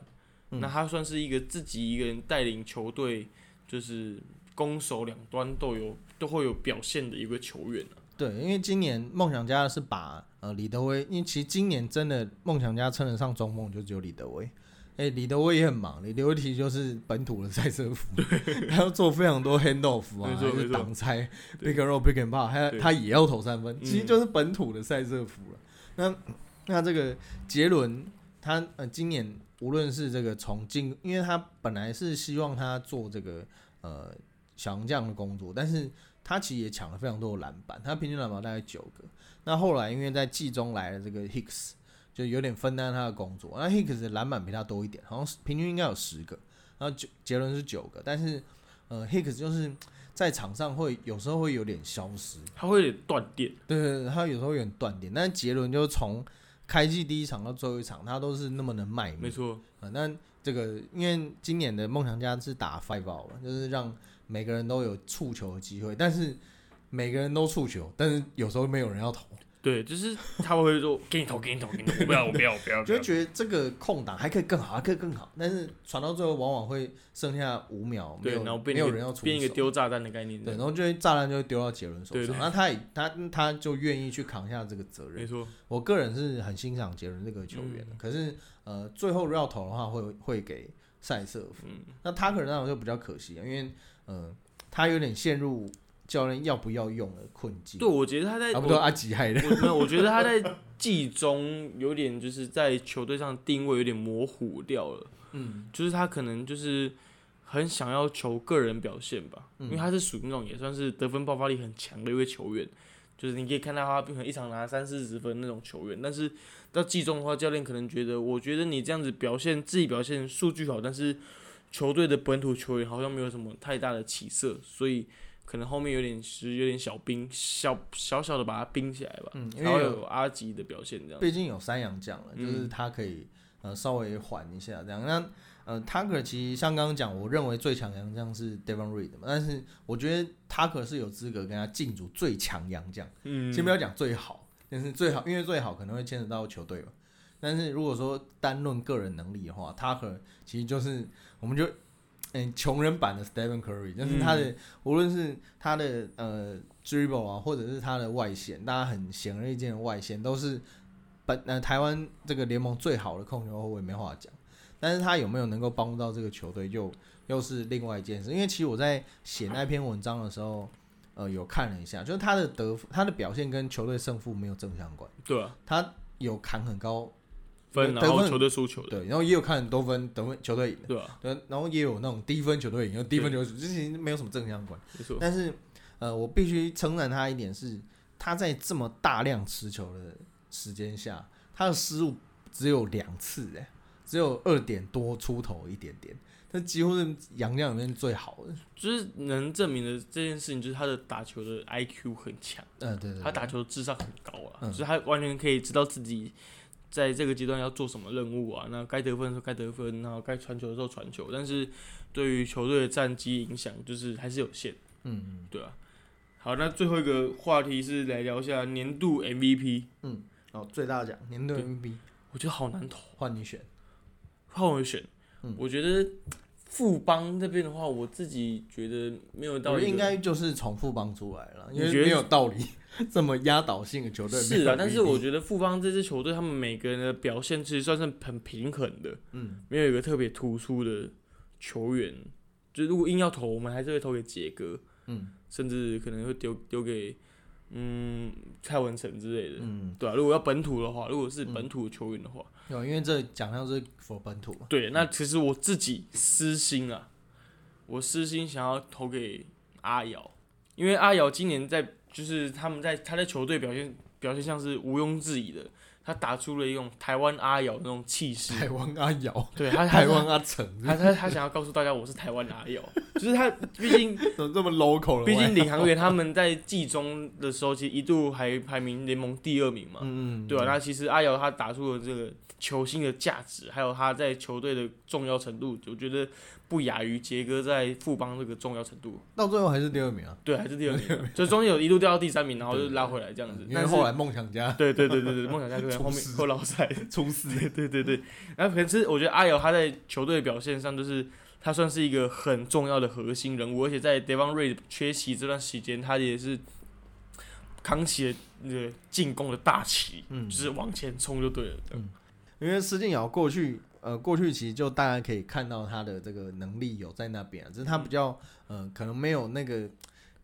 Speaker 2: 嗯
Speaker 1: 那他算是一个自己一个人带领球队，就是攻守两端都有都会有表现的一个球员、啊、
Speaker 2: 对，因为今年梦想家是把呃李德威，因为其实今年真的梦想家称得上中梦就只有李德威。哎、李德威也很忙，李德威其实就是本土的赛车服， 他要做非常多 handoff 啊，
Speaker 1: 没错
Speaker 2: 还
Speaker 1: 没
Speaker 2: 是
Speaker 1: 错
Speaker 2: 挡拆
Speaker 1: 对
Speaker 2: ，big roll big and pop，他
Speaker 1: 对
Speaker 2: 他也要投三分，其实
Speaker 1: 嗯
Speaker 2: 就是本土的赛车服了。那那这个杰伦，他呃今年无论是这个从进，因为他本来是希望他做这个呃小洋将的工作，但是他其实也抢了非常多的篮板，他平均篮板大概九个。那后来因为在季中来了这个 Hicks，就有点分担他的工作。那 Hicks 的篮板比他多一点，好像是平均应该有十个，然后杰杰伦是九个，但是呃 Hicks 就是在场上会有时候会有点消失，
Speaker 1: 他会有点断电，
Speaker 2: 对对对，他有时候有点断点。但是杰伦就是从开季第一场到最后一场，他都是那么能卖命
Speaker 1: 没。错，
Speaker 2: 啊，那这个因为今年的梦想家是打 five out 嘛，就是让每个人都有触球的机会，但是每个人都触球，但是有时候没有人要投，
Speaker 1: 对，就是他会说给你投，给你投，给你投，我不要，我不要，我不要，我不
Speaker 2: 就
Speaker 1: 要
Speaker 2: 会 觉得这个空档还可以更好，还可以更好，但是传到最后往往会剩下五秒，没
Speaker 1: 对，
Speaker 2: 有
Speaker 1: 然后变一
Speaker 2: 没有
Speaker 1: 个
Speaker 2: 人要出
Speaker 1: 变一个
Speaker 2: 手。
Speaker 1: 丢炸弹的概念，
Speaker 2: 对，然后就会炸弹就会丢到杰伦手
Speaker 1: 对
Speaker 2: 上，
Speaker 1: 对
Speaker 2: 那他也他他就愿意去扛下这个责任
Speaker 1: 没。错，嗯
Speaker 2: 我个人是很欣赏杰伦这个球员的，可是呃，最后绕头的话会会给塞瑟夫，
Speaker 1: 嗯
Speaker 2: 那他可能那我就比较可惜，因为呃，他有点陷入教练要不要用的困境。
Speaker 1: 对，我觉得他在
Speaker 2: 啊，不
Speaker 1: 我
Speaker 2: 对，阿吉害的。
Speaker 1: 我没有，我觉得他在季中有点就是在球队上定位有点模糊掉了，
Speaker 2: 嗯，
Speaker 1: 就是他可能就是很想要求个人表现吧，
Speaker 2: 嗯
Speaker 1: 因为他是属于那种也算是得分爆发力很强的一位球员，就是你可以看到他可能一场拿三四十分那种球员，但是到季中的话，教练可能觉得，我觉得你这样子表现自己表现数据好，但是球队的本土球员好像没有什么太大的起色，所以。可能后面有点是有点小冰小小小的把他冰起来吧，
Speaker 2: 嗯因为
Speaker 1: 然后
Speaker 2: 有
Speaker 1: 有阿吉的表现这样。
Speaker 2: 毕竟有三洋将了，就
Speaker 1: 嗯
Speaker 2: 是他可以呃稍微缓一下这样。那呃，Tucker 其实像刚刚讲，我认为最强洋将是 Devon Reed，嘛但是我觉得 Tucker 是有资格跟他竞逐最强洋将。
Speaker 1: 嗯，
Speaker 2: 先不要讲最好，但是最好，因为最好可能会牵扯到球队嘛。但是如果说单论个人能力的话，Tucker 其实就是我们就嗯穷人版的 Stephen Curry，就是他的、无论是他的呃 dribble 啊，或者是他的外线，大家很显而易见的外线都是本呃台湾这个联盟最好的控球后卫，没话讲。但是他有没有能够帮助到这个球队，又又是另外一件事。因为其实我在写那篇文章的时候，呃，有看了一下，就是他的得他的表现跟球队胜负没有正相关，
Speaker 1: 对啊，
Speaker 2: 他有砍很高
Speaker 1: 分
Speaker 2: 得
Speaker 1: 然后
Speaker 2: 分
Speaker 1: 球队输球的，
Speaker 2: 对，然后也有砍很多分得分球队赢的，
Speaker 1: 对啊，
Speaker 2: 对，然后也有那种低分球队赢，然后低分球队输这其实没有什么正相关。
Speaker 1: 没错。
Speaker 2: 但是呃，我必须称赞他一点是，他在这么大量持球的时间下，他的失误只有两次、欸，只有二点多出头一点点，这几乎是洋将里面最好的。
Speaker 1: 就是能证明的这件事情，就是他的打球的 IQ 很强，
Speaker 2: 嗯、对对
Speaker 1: 他
Speaker 2: 对，
Speaker 1: 打球智商很高啊，
Speaker 2: 嗯
Speaker 1: 就是他完全可以知道自己在这个阶段要做什么任务啊，那该得分的时候该得分，然后该传球的时候传球，但是对于球队的战绩影响就是还是有限，
Speaker 2: 嗯嗯。
Speaker 1: 对啊。好，那最后一个话题是来聊一下年度 MVP，
Speaker 2: 哦，最大奖年度 MVP
Speaker 1: 我觉得好难投，
Speaker 2: 换你选，
Speaker 1: 换我选，
Speaker 2: 嗯
Speaker 1: 我觉得富邦这边的话，我自己觉得没有到
Speaker 2: 我
Speaker 1: 一个
Speaker 2: 应该就是从富邦出来了，因为
Speaker 1: 你觉得
Speaker 2: 没有道理 这么压倒性的球队
Speaker 1: 是
Speaker 2: 啊
Speaker 1: 啊，，但是我觉得富邦这支球队，他们每个人的表现其实算是很平衡的，
Speaker 2: 嗯
Speaker 1: 没有一个特别突出的球员。就如果硬要投，我们还是会投给杰哥，
Speaker 2: 嗯
Speaker 1: 甚至可能会丢丢给嗯蔡文成之类的。
Speaker 2: 嗯，
Speaker 1: 对啊，如果要本土的话，如果是本土球员的话，
Speaker 2: 有因为这奖项是 for 本土嘛，
Speaker 1: 对，那其实我自己私心啊，我私心想要投给阿瑶，因为阿瑶今年在就是他们在他在球队表现表现像是毋庸置疑的，他打出了一种台湾阿瑶那种气势，
Speaker 2: 台湾阿 瑶，
Speaker 1: 对他
Speaker 2: 台
Speaker 1: 台
Speaker 2: 湾
Speaker 1: 湾。
Speaker 2: 阿成，
Speaker 1: 他他他想要告诉大家，我是台湾阿瑶，就是他，毕竟
Speaker 2: 怎么这么 local 了？
Speaker 1: 毕竟
Speaker 2: 喂
Speaker 1: 领航员他们在季中的时候，其实一度还排名联盟第二名嘛，
Speaker 2: 嗯嗯，
Speaker 1: 对啊，那其实阿瑶他打出了这个球星的价值，还有他在球队的重要程度，我觉得不亚于杰哥在富邦这个重要程度。
Speaker 2: 到最后还是第二名啊，
Speaker 1: 对，还是第二名，就中间有一度掉到第三名，然后就拉回来这样子
Speaker 2: 嗯。因为
Speaker 1: 但是
Speaker 2: 后来梦想家
Speaker 1: 对对对对对，梦想家 可能后
Speaker 2: 出
Speaker 1: 面
Speaker 2: 事
Speaker 1: 后老赛，
Speaker 2: 出事，
Speaker 1: 对对对对。然后可是我觉得阿瑶他在球队的表现上，就是他算是一个很重要的核心人物，而且在 Devon Ray 缺席这段时间，他也是扛起了那个进攻的大旗，
Speaker 2: 嗯
Speaker 1: 就是往前冲就对了。
Speaker 2: 因为施晋尧过去，呃，过去其实就大家可以看到他的这个能力有在那边、啊，只是他比较，呃，可能没有那个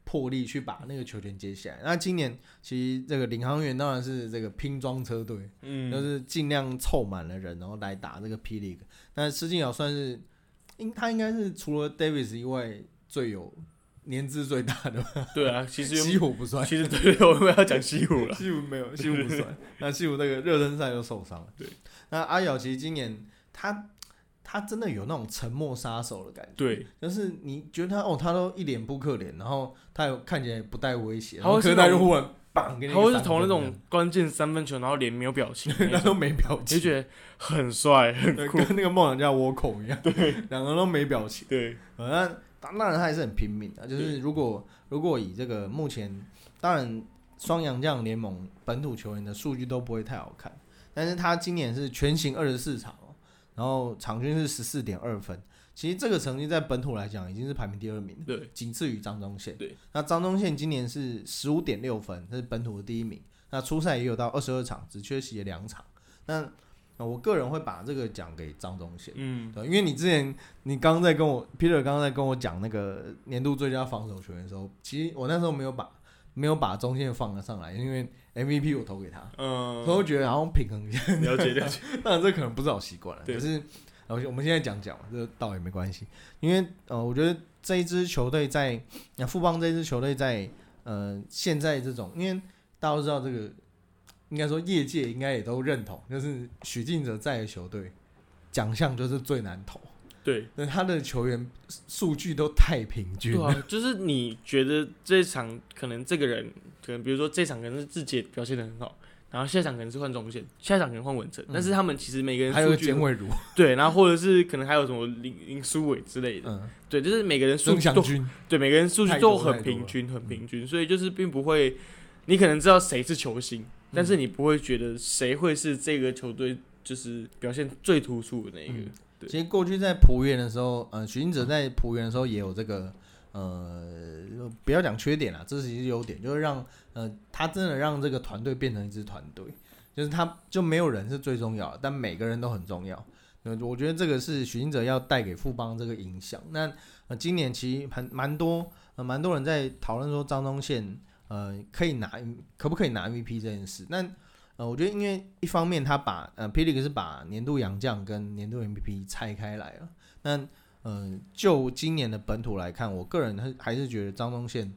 Speaker 2: 魄力去把那个球权接下来。那今年其实这个领航员当然是这个拼装车队，
Speaker 1: 嗯
Speaker 2: 就是尽量凑满了人，然后来打这个 P League。那施晋尧算是，应他应该是除了 Davis 以外最有年资最大的吧，
Speaker 1: 对啊，其实
Speaker 2: 西
Speaker 1: 原
Speaker 2: 湖不算，
Speaker 1: 其实对，我们要讲 西湖了。
Speaker 2: 西湖没有，西湖不算。那西湖那个热身赛又受伤了。
Speaker 1: 对，
Speaker 2: 那阿瑶其实今年他他真的有那种沉默杀手的感觉，
Speaker 1: 对，
Speaker 2: 就是你觉得他哦，他都一脸不可怜，然后他有看起来不带威胁，
Speaker 1: 他
Speaker 2: 然后
Speaker 1: 会是
Speaker 2: 可是他
Speaker 1: 那
Speaker 2: 就
Speaker 1: 种
Speaker 2: 忽然绑给你
Speaker 1: 他
Speaker 2: 一个
Speaker 1: 会是
Speaker 2: 三
Speaker 1: 投那
Speaker 2: 分
Speaker 1: 种关键三分球，然后脸没有表 情
Speaker 2: 这样，
Speaker 1: 那
Speaker 2: 他都
Speaker 1: 种，
Speaker 2: 没表
Speaker 1: 就
Speaker 2: 情，
Speaker 1: 觉得很帅很
Speaker 2: 对
Speaker 1: 酷。
Speaker 2: 跟那个梦想家倭寇一样，对，两个人都没表情。
Speaker 1: 对，
Speaker 2: 呃那当当然他也是很拼命的，就是
Speaker 1: 对
Speaker 2: 如果如果以这个目前，当然双阳这样联盟本土球员的数据都不会太好看，但是他今年是全行二十四场哦，然后场均是十四点二分，其实这个成绩在本土来讲已经是排名第二名了，
Speaker 1: 对，
Speaker 2: 仅次于张宗宪。
Speaker 1: 对，
Speaker 2: 那张宗宪今年是十五点六分，这是本土的第一名。那初赛也有到二十二场，只缺席了两场。那呃我个人会把这个奖给张宗宪。
Speaker 1: 嗯，
Speaker 2: 对，因为你之前你刚刚在跟我 Peter 刚刚在跟我讲那个年度最佳防守球员的时候，其实我那时候没有把没有把中线放了上来，因为 MVP 我投给他，
Speaker 1: 嗯，
Speaker 2: 哦所以我觉得好像平衡一下。
Speaker 1: 了解了解。
Speaker 2: 当然这可能不是好习惯了，
Speaker 1: 对
Speaker 2: 可是然后我们现在讲讲嘛，这倒也没关系，因为呃，我觉得这一支球队在那、富邦这支球队在呃现在这种，因为大家都知道这个，应该说业界应该也都认同，就是许晋哲在的球队奖项就是最难投，
Speaker 1: 对，
Speaker 2: 那他的球员数据都太平均
Speaker 1: 对
Speaker 2: 了，
Speaker 1: 啊，就是你觉得这场可能这个人，可能比如说这场可能是志杰表现的很好，然后下一场可能是换中线，下一场可能换文成，但是他们其实每个人
Speaker 2: 嗯还
Speaker 1: 数
Speaker 2: 有
Speaker 1: 据
Speaker 2: 简伟儒，
Speaker 1: 对，然后或者是可能还有什么林林书伟之类的，
Speaker 2: 嗯，
Speaker 1: 对，就是每个人数
Speaker 2: 孙
Speaker 1: 据
Speaker 2: 祥
Speaker 1: 都
Speaker 2: 军，
Speaker 1: 对每个人数据
Speaker 2: 太
Speaker 1: 都
Speaker 2: 多
Speaker 1: 很
Speaker 2: 太多
Speaker 1: 平
Speaker 2: 了
Speaker 1: 均，很平均，所以就是并不会，你可能知道谁是球星，但是你不会觉得谁会是这个球队就是表现最突出的那一个
Speaker 2: 嗯，
Speaker 1: 对
Speaker 2: 其实过去在浦原的时候，呃，许晋哲在浦原的时候也有这个，呃，不要讲缺点啦，这是一个优点，就是让呃，他真的让这个团队变成一支团队，就是他就没有人是最重要的，但每个人都很重要。那我觉得这个是许晋哲要带给富邦这个影响。那呃，今年其实很蛮多呃蛮多人在讨论说张宗宪呃可以拿可不可以拿 MVP 这件事，但呃，我觉得因为一方面他把呃 p i l i 是把年度洋将跟年度 MVP 拆开来了，那呃就今年的本土来看，我个人还还是觉得张宗宪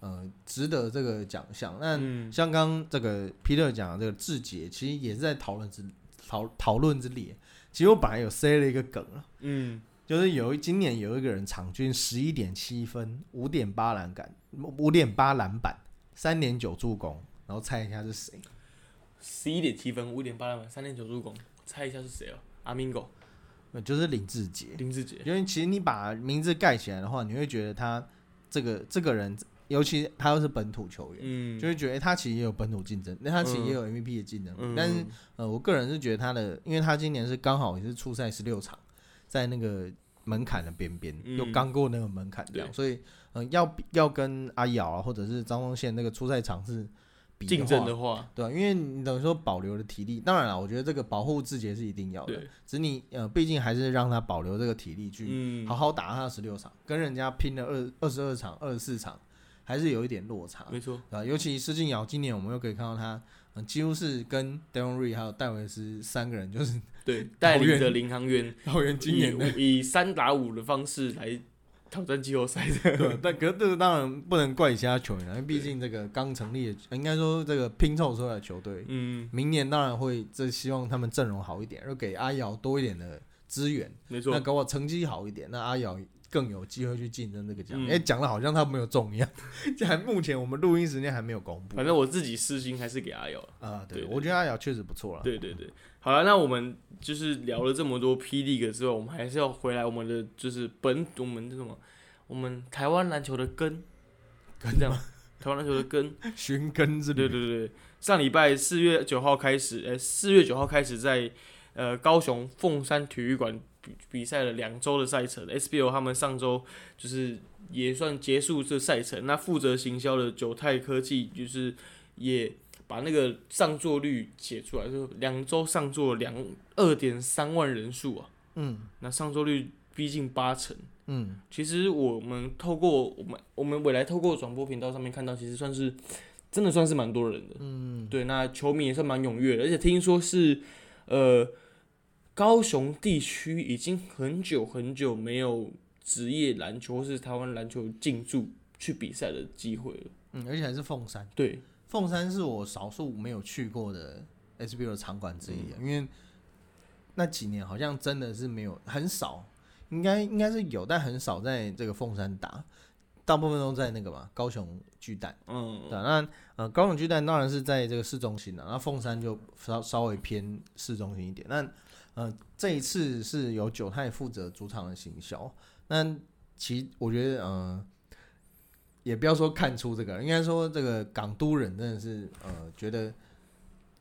Speaker 2: 呃值得这个奖项。那
Speaker 1: 嗯，
Speaker 2: 像刚刚这个皮特讲的这个志杰，其实也是在讨论之讨讨论之列。其实我本来有塞了一个梗啊，
Speaker 1: 嗯，
Speaker 2: 就是有一今年有一个人场均十一点七分，五点八篮板，五点八篮板，三点九助攻，然后猜一下是谁？
Speaker 1: 十一点七分，五点八篮板，三点九助攻，猜一下是谁哦？阿明狗
Speaker 2: 呃就是林志杰。
Speaker 1: 林志杰，
Speaker 2: 因为其实你把名字盖起来的话，你会觉得他这个这个人，尤其他又是本土球员，
Speaker 1: 嗯，
Speaker 2: 就会觉得、诶他其实也有本土竞争，那他其实也有 MVP 的竞争。
Speaker 1: 嗯
Speaker 2: 但是呃，我个人是觉得他的，因为他今年是刚好也是出赛十六场，在那个门槛的边边，
Speaker 1: 嗯
Speaker 2: 又刚过那个门槛这样，
Speaker 1: 对
Speaker 2: 所以呃，要比要跟阿瑶啊，或者是张宗宪那个出赛场是比
Speaker 1: 竞争
Speaker 2: 话
Speaker 1: 的话，
Speaker 2: 对啊、因为你等于说保留了体力，当然了，我觉得这个保护自己是一定要的
Speaker 1: 对，
Speaker 2: 只是你呃，毕竟还是让他保留这个体力去。
Speaker 1: 嗯，
Speaker 2: 好，好打他十六场，跟人家拼了二二十二场、二十四场，还是有一点落差，
Speaker 1: 没错，
Speaker 2: 对啊吧？尤其施晋尧今年，我们又可以看到他，嗯，几乎是跟 Darren r e 还有戴维斯三个 人，就是
Speaker 1: 对，带领
Speaker 2: 远
Speaker 1: 着领航员
Speaker 2: 桃园
Speaker 1: 以以三打五的方式来挑战季后赛的，
Speaker 2: 对，啊但可是这个当然不能怪其他球员啊，因为毕竟这个刚成立的，应该说这个拼凑出来的球队，
Speaker 1: 嗯，
Speaker 2: 明年当然会这希望他们阵容好一点，又给阿瑶多一点的资源，
Speaker 1: 没错
Speaker 2: 那，给我成绩好一点，那阿瑶更有机会去竞争这个奖。
Speaker 1: 嗯
Speaker 2: 哎、讲的好像他没有中一样， 这还目前我们录音时间还没有公布。
Speaker 1: 反正我自己私心还是给阿瑶。
Speaker 2: 啊，对，
Speaker 1: 对对
Speaker 2: 我觉得阿瑶确实不错了。
Speaker 1: 对对对，好了，那我们就是聊了这么多 P League 之后，我们还是要回来我们的就是本我们这什么，我们台湾篮球的根，是这样吗，台湾篮球的根。
Speaker 2: 寻根之
Speaker 1: 对
Speaker 2: 旅，
Speaker 1: 对对，上礼拜四月九号开始，呃，四月九号开始在呃高雄凤山体育馆比比赛了两周的赛程，SBL 他们上周就是也算结束这赛程。那负责行销的九泰科技就是也把那个上座率写出来，就是两周上座两二点三万人数啊，
Speaker 2: 嗯
Speaker 1: 那上座率逼近八成。
Speaker 2: 嗯，
Speaker 1: 其实我们透过我们我们未来透过转播频道上面看到，其实算是真的算是蛮多人的。嗯，对，那球迷也算蛮踊跃的，而且听说是呃高雄地区已经很久很久没有职业篮球或是台湾篮球进驻去比赛的机会了。
Speaker 2: 嗯，而且还是凤山，
Speaker 1: 对，
Speaker 2: 凤山是我少数没有去过的 SBL 的场馆之一啊、因为那几年好像真的是没有很少，应该应该是有，但很少在这个凤山打，大部分都在那个嘛高雄巨蛋。
Speaker 1: 嗯，
Speaker 2: 对啊、那呃，高雄巨蛋当然是在这个市中心了、啊那凤山就稍稍微偏市中心一点。那呃，这一次是由九泰负责主场的行销。那其实我觉得，呃，也不要说看出这个，应该说这个港都人真的是呃，觉得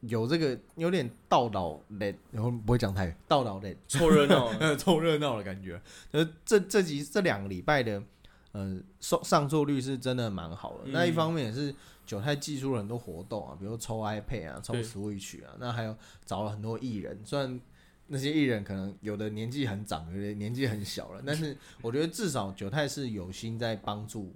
Speaker 2: 有这个有点道老人，然后不会讲台语，道老人
Speaker 1: 凑热闹 啊。
Speaker 2: 呃， 凑热闹的感觉。呃，这这集这两个礼拜的呃上上座率是真的蛮好的。
Speaker 1: 嗯
Speaker 2: 那一方面也是九泰寄出了很多活动啊，比如抽 iPad 啊，抽
Speaker 1: 对
Speaker 2: Switch 啊，那还有找了很多艺人，虽然。那些艺人可能有的年纪很长，有的年纪很小了，但 是我觉得至少九泰是有心在帮助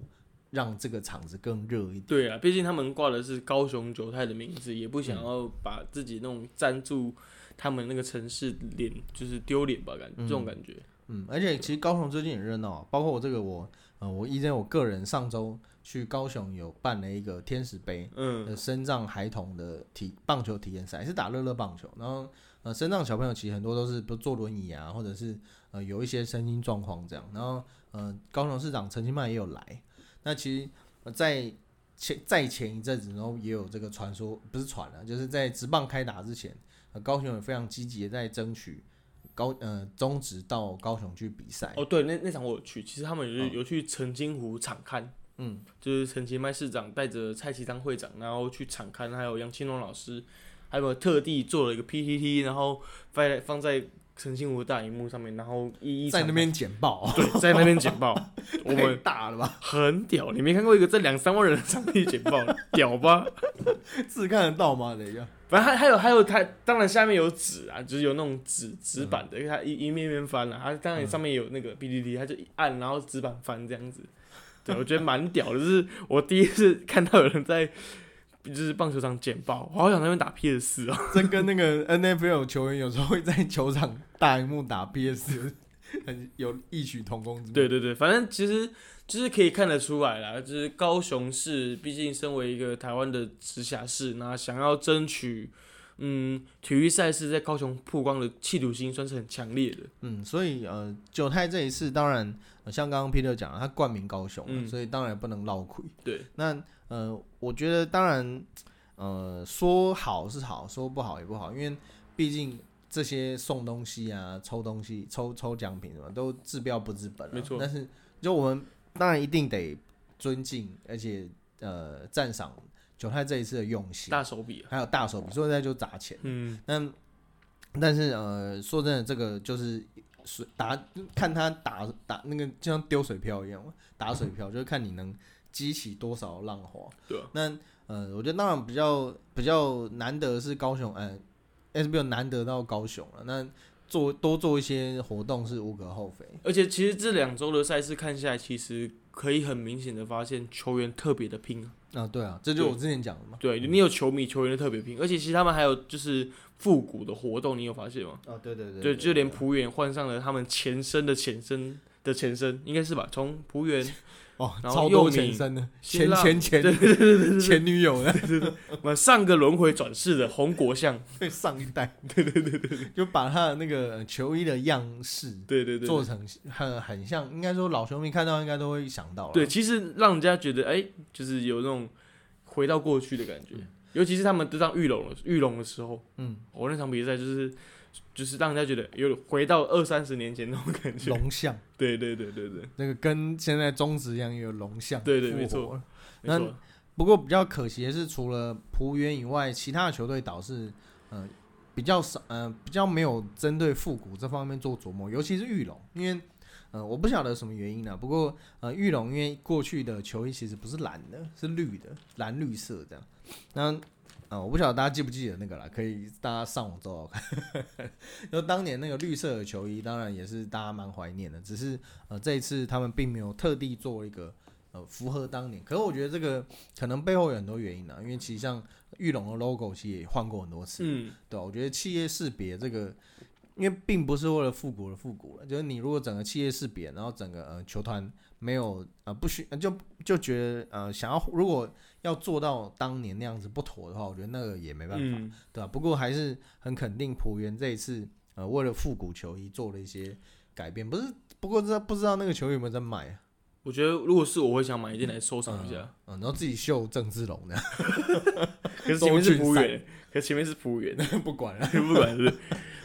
Speaker 2: 让这个场子更热一点。
Speaker 1: 对啊，毕竟他们挂的是高雄九泰的名字，也不想要把自己那种赞助他们那个城市脸就是丢脸吧，感觉、这种感觉。
Speaker 2: 嗯，而且其实高雄最近也热闹啊，包括我这个我，呃，我依然我个人上周去高雄有办了一个天使杯
Speaker 1: 嗯
Speaker 2: 的呃身障孩童的体棒球体验赛，是打乐乐棒球，然后呃身障小朋友其实很多都是不是坐轮椅啊，或者是呃有一些身心状况这样，然后呃高雄市长陈其迈也有来，那其实呃在。前在前一阵子，然后也有这个传说，不是传啊，就是在职棒开打之前，呃高雄也非常积极的在争取高呃中职到高雄去比赛。
Speaker 1: 哦，对，那那场我有去，其实他们有去、
Speaker 2: 哦
Speaker 1: 有去澄清湖场看，
Speaker 2: 嗯，
Speaker 1: 就是陈其迈市长带着蔡其昌会长，然后去场刊，还有杨清龙老师，还有特地做了一个 PPT，然后放在放在澄清湖大荧幕上面，然后一一
Speaker 2: 在
Speaker 1: 场
Speaker 2: 那
Speaker 1: 刊
Speaker 2: 边简报，
Speaker 1: 对，在那边简报， 我
Speaker 2: 太
Speaker 1: 们
Speaker 2: 大了吧？
Speaker 1: 很屌，你没看过一个这两三万人的场地简报，屌吧？
Speaker 2: 字看得到吗？等一下，
Speaker 1: 反正还还有还有他，当然下面有纸啊，就是有那种纸纸板的，因为他一一面面翻了、啊，他当然上面有那个 PPT，他就一按，然后纸板翻这样子。对，我觉得蛮屌的，就是我第一次看到有人在就是棒球场简报，我好想在那边打 PS 四哦。
Speaker 2: 这跟那个 NFL 球员有时候会在球场大荧幕打 PS，很 有异曲同工之妙。
Speaker 1: 对对对，反正其实就是可以看得出来啦，就是高雄市，毕竟身为一个台湾的直辖市，那想要争取嗯体育赛事在高雄曝光的企图心算是很强烈的。
Speaker 2: 嗯，所以呃，九泰这一次当然、呃像刚刚 Peter 讲了，他冠名高雄、
Speaker 1: 嗯
Speaker 2: 所以当然不能落亏。
Speaker 1: 对，
Speaker 2: 那呃，我觉得当然呃，说好是好，说不好也不好，因为毕竟这些送东西啊、抽东西、抽抽奖品什么，都治标不治本、啊。
Speaker 1: 没错
Speaker 2: 但是就我们当然一定得尊敬，而且呃，赞赏九泰这一次的用心，
Speaker 1: 大手笔啊，
Speaker 2: 还有大手笔，所以在就砸钱。
Speaker 1: 嗯，
Speaker 2: 但但是呃，说真的，这个就是水打看他打打那个，就像丢水漂一样嘛，打水漂就是看你能激起多少浪花。
Speaker 1: 对啊
Speaker 2: 那呃，我觉得当然比较比较难得是高雄，呃，SBL 难得到高雄了，那做多做一些活动是无可厚非。
Speaker 1: 而且其实这两周的赛事看下来，其实可以很明显的发现球员特别的拼啊。
Speaker 2: 啊，对啊，这就是
Speaker 1: 对
Speaker 2: 我之前讲的嘛。
Speaker 1: 对你有球迷，球员的特别拼，而且其实他们还有就是复古的活动，你有发现吗？
Speaker 2: 哦，对对对
Speaker 1: 对，就连
Speaker 2: 对
Speaker 1: 浦原换上了他们前身的前身的前身，应该是吧？从浦原
Speaker 2: 哦，
Speaker 1: 然后
Speaker 2: 超多
Speaker 1: 又
Speaker 2: 前
Speaker 1: 你
Speaker 2: 身的
Speaker 1: 新
Speaker 2: 前
Speaker 1: 浪
Speaker 2: 前前前 女友的，
Speaker 1: 我们呃上个轮回转世的红国相，
Speaker 2: 对上一 代，对对对对，就把他的那个呃球衣的样式
Speaker 1: 对对对
Speaker 2: 做成很很像，应该说老球迷看到应该都会想到啦
Speaker 1: 对，其实让人家觉得哎、就是有那种回到过去的感觉，尤其是他们对上玉龙的玉龙的时候，
Speaker 2: 嗯，
Speaker 1: 我、那场比赛就是就是让人家觉得有回到二三十年前那种感觉。
Speaker 2: 龙像
Speaker 1: 对对对对对，
Speaker 2: 那个跟现在中职一样也有龙像，
Speaker 1: 对对没错。没
Speaker 2: 那
Speaker 1: 错，嗯
Speaker 2: 不过比较可惜的是，除了浦原以外，其他的球队倒是呃比较少，呃比较没有针对复古这方面做琢磨，尤其是玉龙，因为呃我不晓得什么原因呢、不过呃玉龙因为过去的球衣其实不是蓝的，是绿的，蓝绿色这样。那呃我不晓得大家记不记得那个啦，可以大家上网找找看。 就当年那个绿色的球衣，当然也是大家蛮怀念的，只是呃这一次他们并没有特地做一个。呃，符合当年，可是我觉得这个可能背后有很多原因呢、因为其实像玉龙的 logo 其实也换过很多次，
Speaker 1: 嗯，
Speaker 2: 对、啊、我觉得企业识别这个，因为并不是为了复古而复古了，就是你如果整个企业识别，然后整个呃球团没有呃不需呃就就觉得呃想要如果要做到当年那样子不妥的话，我觉得那个也没办法，
Speaker 1: 嗯，
Speaker 2: 对吧、啊不过还是很肯定浦原这一次呃为了复古球衣做了一些改变，不是不过这不知道那个球衣有没有在卖啊，
Speaker 1: 我觉得如果是我会想买一件来收藏一下，
Speaker 2: 嗯，然后自己绣郑志龙的，
Speaker 1: 可是前面是
Speaker 2: 周俊
Speaker 1: 浦原，可是前面是浦原，
Speaker 2: 不管了。
Speaker 1: 不管是，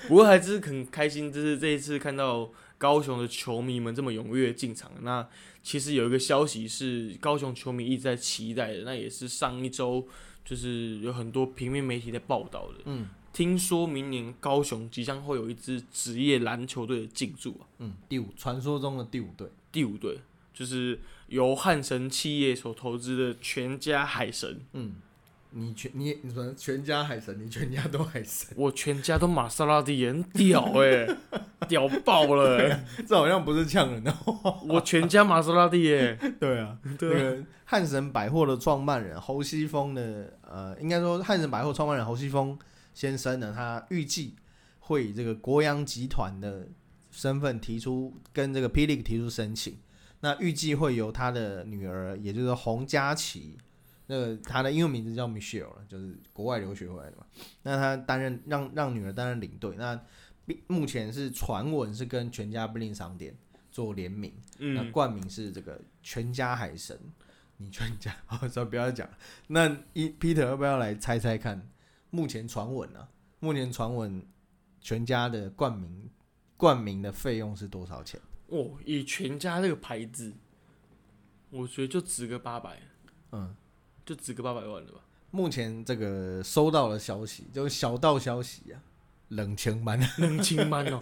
Speaker 1: 不过还是很开心，就是这一次看到高雄的球迷们这么踊跃进场。那其实有一个消息是高雄球迷一直在期待的，那也是上一周就是有很多平面媒体在报道的。
Speaker 2: 嗯，
Speaker 1: 听说明年高雄即将会有一支职业篮球队的进驻啊，
Speaker 2: 嗯，第五，传说中的第五队。
Speaker 1: 第五队就是由汉神企业所投资的全家海神，
Speaker 2: 嗯，你全你你说全家海神，你全家都海神，
Speaker 1: 我全家都玛莎拉蒂，很屌哎、屌爆了欸、
Speaker 2: 这好像不是呛人的话。
Speaker 1: 我全家玛莎拉蒂耶、
Speaker 2: 对啊，
Speaker 1: 对啊
Speaker 2: 那个汉神百货的创办人侯西峰的，呃，应该说汉神百货创办人侯西峰先生呢，他预计会以这个国阳集团的身份提出跟这个霹雳提出申请。那预计会由他的女儿，也就是洪嘉琪，那个她的英文名字叫 Michelle 了，就是国外留学回来的嘛。那她担任让让女儿担任领队。那并目前是传闻是跟全家便利商店做联名，那
Speaker 1: 嗯，
Speaker 2: 冠名是这个全家海神，你全家， 好，算了不要讲了。那一 Peter 要不要来猜猜看？目前传闻啊，目前传闻全家的冠名冠名的费用是多少钱？
Speaker 1: 哦，以全家这个牌子，我觉得就值个八百，
Speaker 2: 嗯，
Speaker 1: 就值个八百万了吧？
Speaker 2: 目前这个收到的消息就是小道消息啊，冷清版。
Speaker 1: 冷清班哦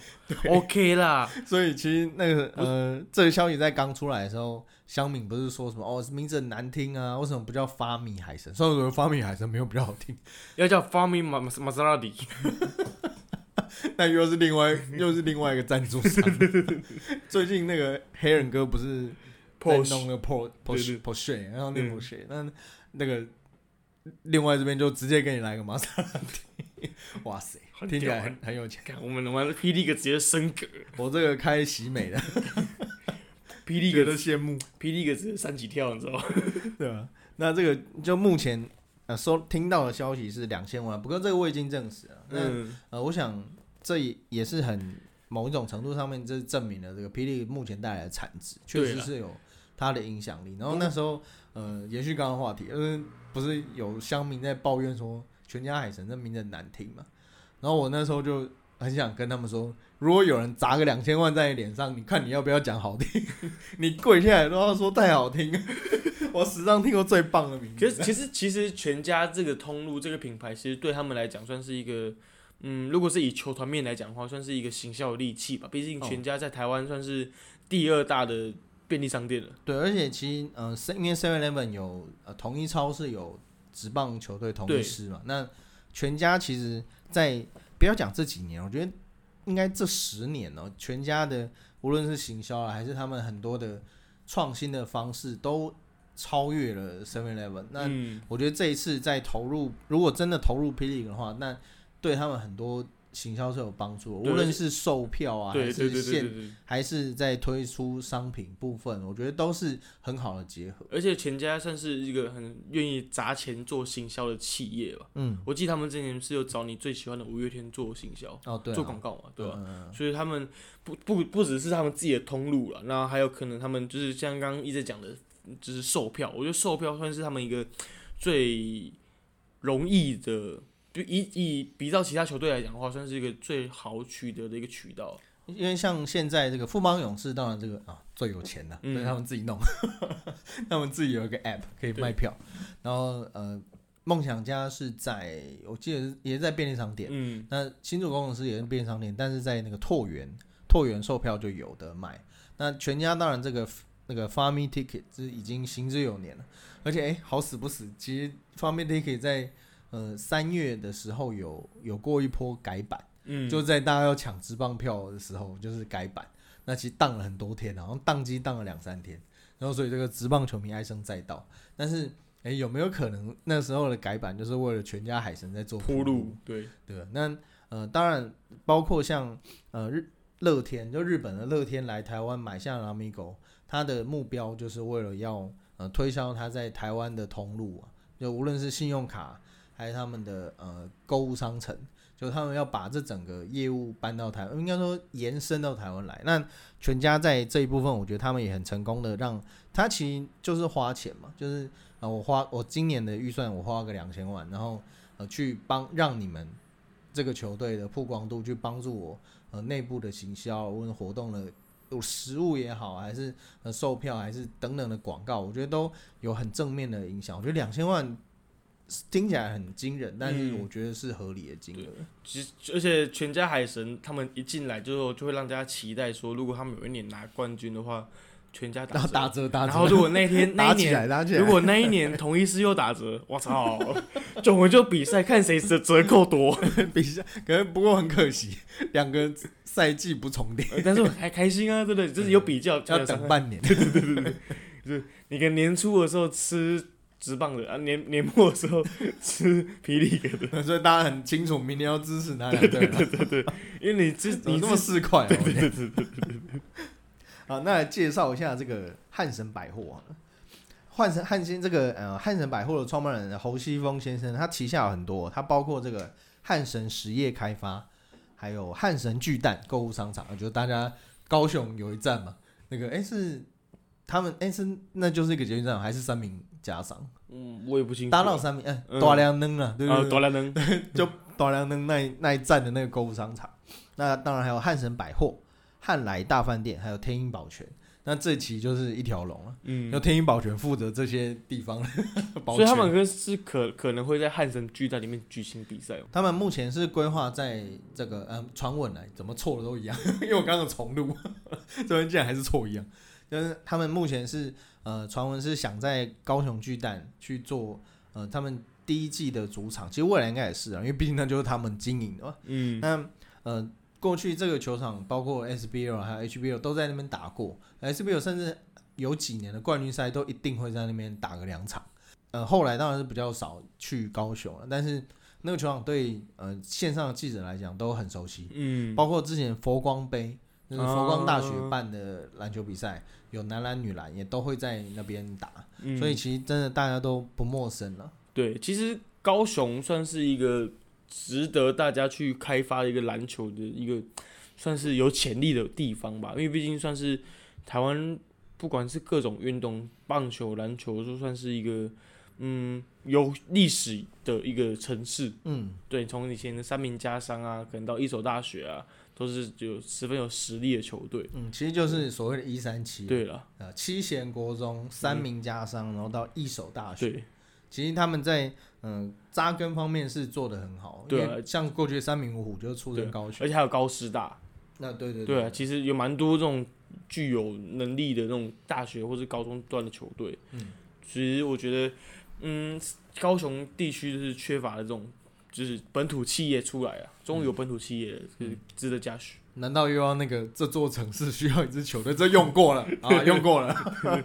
Speaker 1: ，OK 啦，
Speaker 2: 所以其实那个呃，这个消息在刚出来的时候，香敏不是说什么哦名字很难听啊，为什么不叫发米海神？虽然我觉得发米海神没有比较好听，
Speaker 1: 要叫 Farming Mas m a s a t i
Speaker 2: 但又是另 外又是另外一个赞助商。最近那个黑人哥不是在
Speaker 1: Porsche
Speaker 2: 弄那个 Porsche
Speaker 1: 对
Speaker 2: Porsche
Speaker 1: 对
Speaker 2: Porsche，然后那个
Speaker 1: 嗯
Speaker 2: Porsche，那那个另外这边就直接给你来个玛莎拉蒂， 哇塞，
Speaker 1: 很
Speaker 2: 听起
Speaker 1: 屌啊
Speaker 2: 来
Speaker 1: 很
Speaker 2: 很很有钱。
Speaker 1: 干我们玩 P D 个直接升格
Speaker 2: 我这个开喜美 的，
Speaker 1: ，P
Speaker 2: 一
Speaker 1: D
Speaker 2: 个
Speaker 1: 个
Speaker 2: 都羡慕。
Speaker 1: P D 个直接三级跳，你知道吗？
Speaker 2: 对啊，那这个就目前呃收听到的消息是两千万，不过这个未经证实啊。那、
Speaker 1: 嗯，
Speaker 2: 呃，我想这也也是很某一种程度上面，这证明了这个霹雳目前带来的产值确
Speaker 1: 对
Speaker 2: 实
Speaker 1: 啦嗯
Speaker 2: 是有它的影响力。然后那时候呃，延续刚刚的话题，嗯、不是有乡民在抱怨说全家海神这名字很难听嘛？然后我那时候就很想跟他们说，如果有人砸个两千万在你脸上，你看你要不要讲好听？ 你跪下来都要说太好听了， 我史上听过最棒的名
Speaker 1: 其实，
Speaker 2: 字。
Speaker 1: 其实，其实全家这个通路这个品牌，其实对他们来讲算是一个，嗯，如果是以球团面来讲的话，算是一个行销的利器吧。毕竟
Speaker 2: 哦
Speaker 1: 全家在台湾算是第二大的便利商店了。
Speaker 2: 对，而且其实呃，因为 Seven Eleven 有呃同一超市有职棒球队同一
Speaker 1: 对
Speaker 2: 师嘛，那全家其实在不要讲这几年，我觉得应该这十年哦、全家的无论是行销啊，还是他们很多的创新的方式，都超越了 Seven Eleven。那
Speaker 1: 嗯，
Speaker 2: 我觉得这一次在投入，如果真的投入 P League 的话，那对他们很多行销是有帮助的，
Speaker 1: 对
Speaker 2: 无
Speaker 1: 而
Speaker 2: 论
Speaker 1: 且
Speaker 2: 是售票啊，还
Speaker 1: 对对
Speaker 2: 是
Speaker 1: 对对
Speaker 2: 现
Speaker 1: 对对。
Speaker 2: 还是在推出商品部分，我觉得都是很好的结合。
Speaker 1: 而且全家算是一个很愿意砸钱做行销的企业吧。
Speaker 2: 嗯，
Speaker 1: 我记得他们之前是有找你最喜欢的五月天做行销、
Speaker 2: 哦对、啊，
Speaker 1: 做广告嘛，对吧、
Speaker 2: 嗯嗯
Speaker 1: 所以他们不不不只是他们自己的通路了，那还有可能他们就是像刚刚一直讲的，就是售票。我觉得售票算是他们一个最容易的，就以以比照其他球队来讲的话，算是一个最好取得的一个渠道。
Speaker 2: 嗯因为像现在这个富邦勇士，当然这个啊最有钱的、
Speaker 1: 嗯
Speaker 2: 所以他们自己弄， 他们自己有一个 app 可以卖票，然后呃，梦想家是在我记得是也是在便利商店，
Speaker 1: 嗯，
Speaker 2: 那新竹工程师也是便利商店，但是在那个拓园，拓园售票就有的买。那全家当然这个 f- 那个 Farmy Ticket 是已经行之有年了，而且哎、诶好死不死，其实 Farmy Ticket 在呃三月的时候有有过一波改版，
Speaker 1: 嗯，
Speaker 2: 就在大家要抢直棒票的时候，就是改版。那其实宕了很多天，好像宕机宕了两三天，然后所以这个直棒球迷唉声载道。但是哎、诶有没有可能那时候的改版就是为了全家海神在做
Speaker 1: 铺路，对，
Speaker 2: 对吧？那呃，当然包括像呃日乐天，就日本的乐天来台湾买下 Amigo，它的目标就是为了要呃推销它在台湾的通路啊，就无论是信用卡还是他们的呃购物商城，就他们要把这整个业务搬到台湾，应该说延伸到台湾来。那全家在这一部分，我觉得他们也很成功的让他其实就是花钱嘛，就是啊、我花我今年的预算我花个两千万，然后呃去帮让你们这个球队的曝光度去帮助我呃内部的行销，无论活动的有食物也好，还是呃售票，还是等等的广告，我觉得都有很正面的影响。我觉得两千万听起来很惊人，但是
Speaker 1: 嗯
Speaker 2: 我觉得是合理的金额。
Speaker 1: 其实而且全家海神他们一进来之后，就会让大家期待说，如果他们有一年拿冠军的话，全家
Speaker 2: 然
Speaker 1: 打
Speaker 2: 后
Speaker 1: 折
Speaker 2: 打折打折，
Speaker 1: 然后如果那天那
Speaker 2: 打
Speaker 1: 一
Speaker 2: 起
Speaker 1: 年
Speaker 2: 来打起来，
Speaker 1: 如果那一年同一师又打折，我操， 就我们就比赛看谁的折扣多。
Speaker 2: 比赛，可能不过很可惜，两个赛季不重叠，
Speaker 1: 但是我还开心啊，对不对？就是有比较，才
Speaker 2: 要
Speaker 1: 有伤
Speaker 2: 等
Speaker 1: 害。
Speaker 2: 半年。
Speaker 1: 你跟年初的时候吃直棒的啊，年年末的时候吃霹雳哥的，
Speaker 2: 所以大家很清楚，明年要支持哪两队了。
Speaker 1: 因为你这
Speaker 2: 怎么
Speaker 1: 你
Speaker 2: 那么
Speaker 1: 这
Speaker 2: 市侩啊？
Speaker 1: 对对对对对，
Speaker 2: 啊，那来介绍一下这个汉神百货啊。汉神汉先这个呃汉神百货的创办人呃侯西峰先生，他旗下有很多，他包括这个汉神实业开发，还有汉神巨蛋购物商场，就是大家高雄有一站嘛，那个哎、诶是他们哎、诶是那就是一个捷运站还是三明家商
Speaker 1: 嗯，我也不清楚
Speaker 2: 搭到三明哎、
Speaker 1: 嗯
Speaker 2: 大良能啊，对不
Speaker 1: 啊，
Speaker 2: 对？
Speaker 1: 多兰能，
Speaker 2: 就短良灯那一那一站的那个购物商场。那当然还有汉神百货、汉来大饭店，还有天鹰保全。那这期就是一条龙了，
Speaker 1: 嗯
Speaker 2: 由，天鹰保全负责这些地方的 保
Speaker 1: 所以他们
Speaker 2: 全
Speaker 1: 可是可可能会在汉神巨蛋里面举行比赛哦。
Speaker 2: 他们目前是规划在这个嗯传闻来怎么错的都一样， 因为我刚刚有重录， 这边竟然还是错一样。就是他们目前是呃传闻是想在高雄巨蛋去做呃他们第一季的主场，其实未来应该也是啊，因为毕竟那就是他们经营的嘛。
Speaker 1: 嗯，
Speaker 2: 那呃，过去这个球场包括 SBL 还有 HBL 都在那边打过，SBL 甚至有几年的冠军赛都一定会在那边打个两场。呃，后来当然是比较少去高雄了，但是那个球场对呃线上的记者来讲都很熟悉，
Speaker 1: 嗯，
Speaker 2: 包括之前佛光杯，就是佛光大学
Speaker 1: 哦
Speaker 2: 办的篮球比赛，有男篮、女篮也都会在那边打，
Speaker 1: 嗯
Speaker 2: 所以其实真的大家都不陌生了。
Speaker 1: 对，其实高雄算是一个值得大家去开发的一个篮球的一个，算是有潜力的地方吧。因为毕竟算是台湾，不管是各种运动，棒球、篮球，都算是一个嗯有历史的一个城市。
Speaker 2: 嗯，
Speaker 1: 对，从以前的三名家商啊，可能到一所大学啊，都是有十分有实力的球队。
Speaker 2: 嗯，其实就是所谓的“一三七”。
Speaker 1: 对了，
Speaker 2: 呃，七贤国中、三名家商，然后到一手大学，
Speaker 1: 嗯对，
Speaker 2: 其实他们在嗯、扎根方面是做的很好。
Speaker 1: 对啊
Speaker 2: 因为像过去的三名五虎就是出身高
Speaker 1: 而
Speaker 2: 雄，
Speaker 1: 且还有高师大，
Speaker 2: 那对对
Speaker 1: 对啊，其实有蛮多这种具有能力的那种大学或是高中段的球队。嗯，其实我觉得，嗯，高雄地区就是缺乏了这种，就是本土企业出来啊，终于有本土企业了，就
Speaker 2: 嗯
Speaker 1: 是值得嘉许。
Speaker 2: 难道又要那个这座城市需要一支球队？这用过了啊，用过了，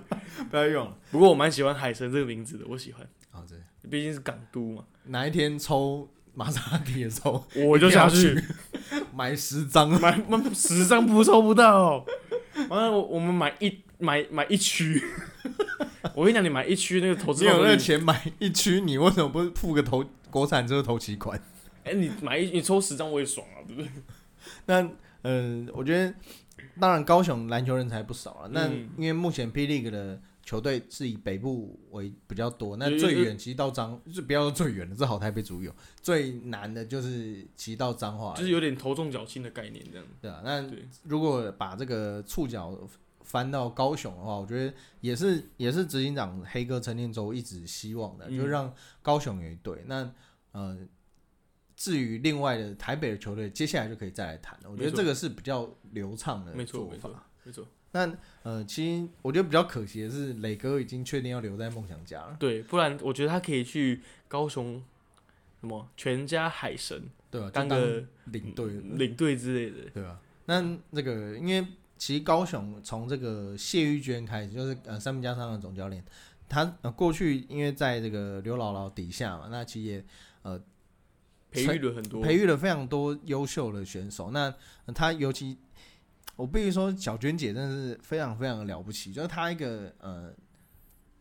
Speaker 2: 不要用了
Speaker 1: 不过我蛮喜欢海神这个名字的，我喜欢，
Speaker 2: 啊！这
Speaker 1: 毕竟是港都嘛，
Speaker 2: 哪一天抽玛莎拉蒂的时候，
Speaker 1: 我就下去
Speaker 2: 一定要去买十张，
Speaker 1: 买买十张不抽不到，完了我我们买一买买一区， 我跟你讲，你买一区那个投资
Speaker 2: 你有
Speaker 1: 报酬
Speaker 2: 那
Speaker 1: 率
Speaker 2: 个钱买一区，你为什么不付个头国产车头期款？
Speaker 1: 哎、你买一你抽十张我也爽啊，对不对？
Speaker 2: 那呃，我觉得当然高雄篮球人才不少了。啊那
Speaker 1: 嗯
Speaker 2: 因为目前 P League 的球队是以北部为比较多，那
Speaker 1: 有
Speaker 2: 最
Speaker 1: 有
Speaker 2: 远其实到彰，就不要说最远的，这好台北主有最难的就是其实到彰化，
Speaker 1: 就是有点头重脚轻的概念这样。
Speaker 2: 对啊。那
Speaker 1: 对
Speaker 2: 如果把这个触角翻到高雄的话，我觉得也是也是执行长黑哥陈建州一直希望的，
Speaker 1: 嗯
Speaker 2: 就让高雄有一队。那呃，至于另外的台北的球队，接下来就可以再来谈了。我觉
Speaker 1: 没
Speaker 2: 得
Speaker 1: 错
Speaker 2: 这个是比较流畅的
Speaker 1: 没错
Speaker 2: 做
Speaker 1: 没错
Speaker 2: 法。
Speaker 1: 没错，
Speaker 2: 那呃，其实我觉得比较可惜的是，磊哥已经确定要留在梦想家了，
Speaker 1: 对，不然我觉得他可以去高雄什么全家海神
Speaker 2: 对吧、就
Speaker 1: 当
Speaker 2: 当
Speaker 1: 个嗯
Speaker 2: 领队，
Speaker 1: 领队之类的。
Speaker 2: 对吧、那那个，因为其实高雄从这个谢玉娟开始，就是呃三名家商的总教练，他、呃、过去因为在这个刘姥姥底下嘛，那其实也呃
Speaker 1: 培育了很多，
Speaker 2: 培育了非常多优秀的选手。那、呃他尤其，我必须说，小娟姐真的是非常非常的了不起，就是她一个呃，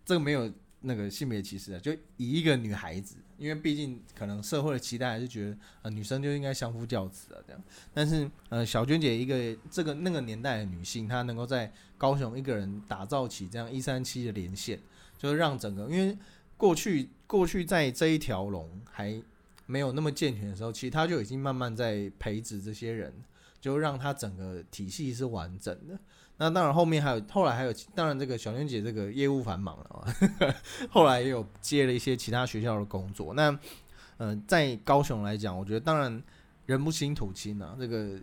Speaker 2: 这个没有那个性别歧视啊，就以一个女孩子，因为毕竟可能社会的期待还是觉得呃女生就应该相夫教子啊这样。但是呃，小娟姐一个这个那个年代的女性，她能够在高雄一个人打造起这样一三七的连线，就是让整个因为过去过去在这一条龙还没有那么健全的时候，其实他就已经慢慢在培植这些人，就让他整个体系是完整的。那当然，后面还有后来还有，当然这个小娟姐这个业务繁忙了啊，后来也有接了一些其他学校的工作。那呃，在高雄来讲，我觉得当然人不亲土亲啊，这个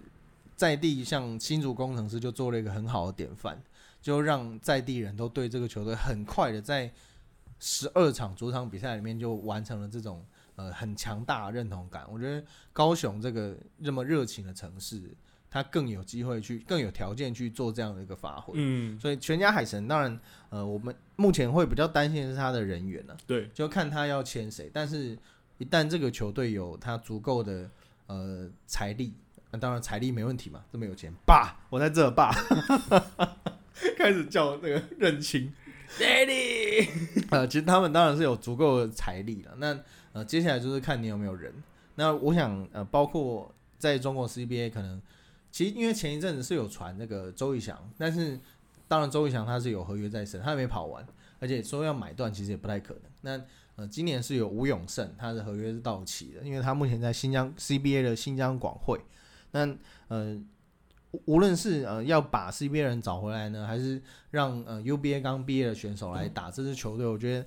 Speaker 2: 在地像新竹工程师就做了一个很好的典范，就让在地人都对这个球队很快的在十二场主场比赛里面就完成了这种呃很强大的认同感。我觉得高雄这个这么热情的城市，他更有机会去，更有条件去做这样的一个发挥。
Speaker 1: 嗯，
Speaker 2: 所以全家海神当然，呃，我们目前会比较担心的是他的人员呢、啊
Speaker 1: 对，
Speaker 2: 就看他要签谁。但是，一旦这个球队有他足够的呃财力，那、当然财力没问题嘛，这么有钱，爸，我在这爸， 开始叫那个认亲。
Speaker 1: Daddy，
Speaker 2: 呃，其实他们当然是有足够的财力了。那呃，接下来就是看你有没有人。那我想呃，包括在中国 CBA 可能，其实因为前一阵子是有传那个周宇翔，但是当然周宇翔他是有合约在身，他还没跑完，而且说要买断其实也不太可能。那呃，今年是有吴永胜，他的合约是到期的，因为他目前在新疆 CBA 的新疆广汇。那呃，无无论是呃要把 CBA 人找回来呢，还是让呃 UBA 刚毕业的选手来打这支球队，我觉得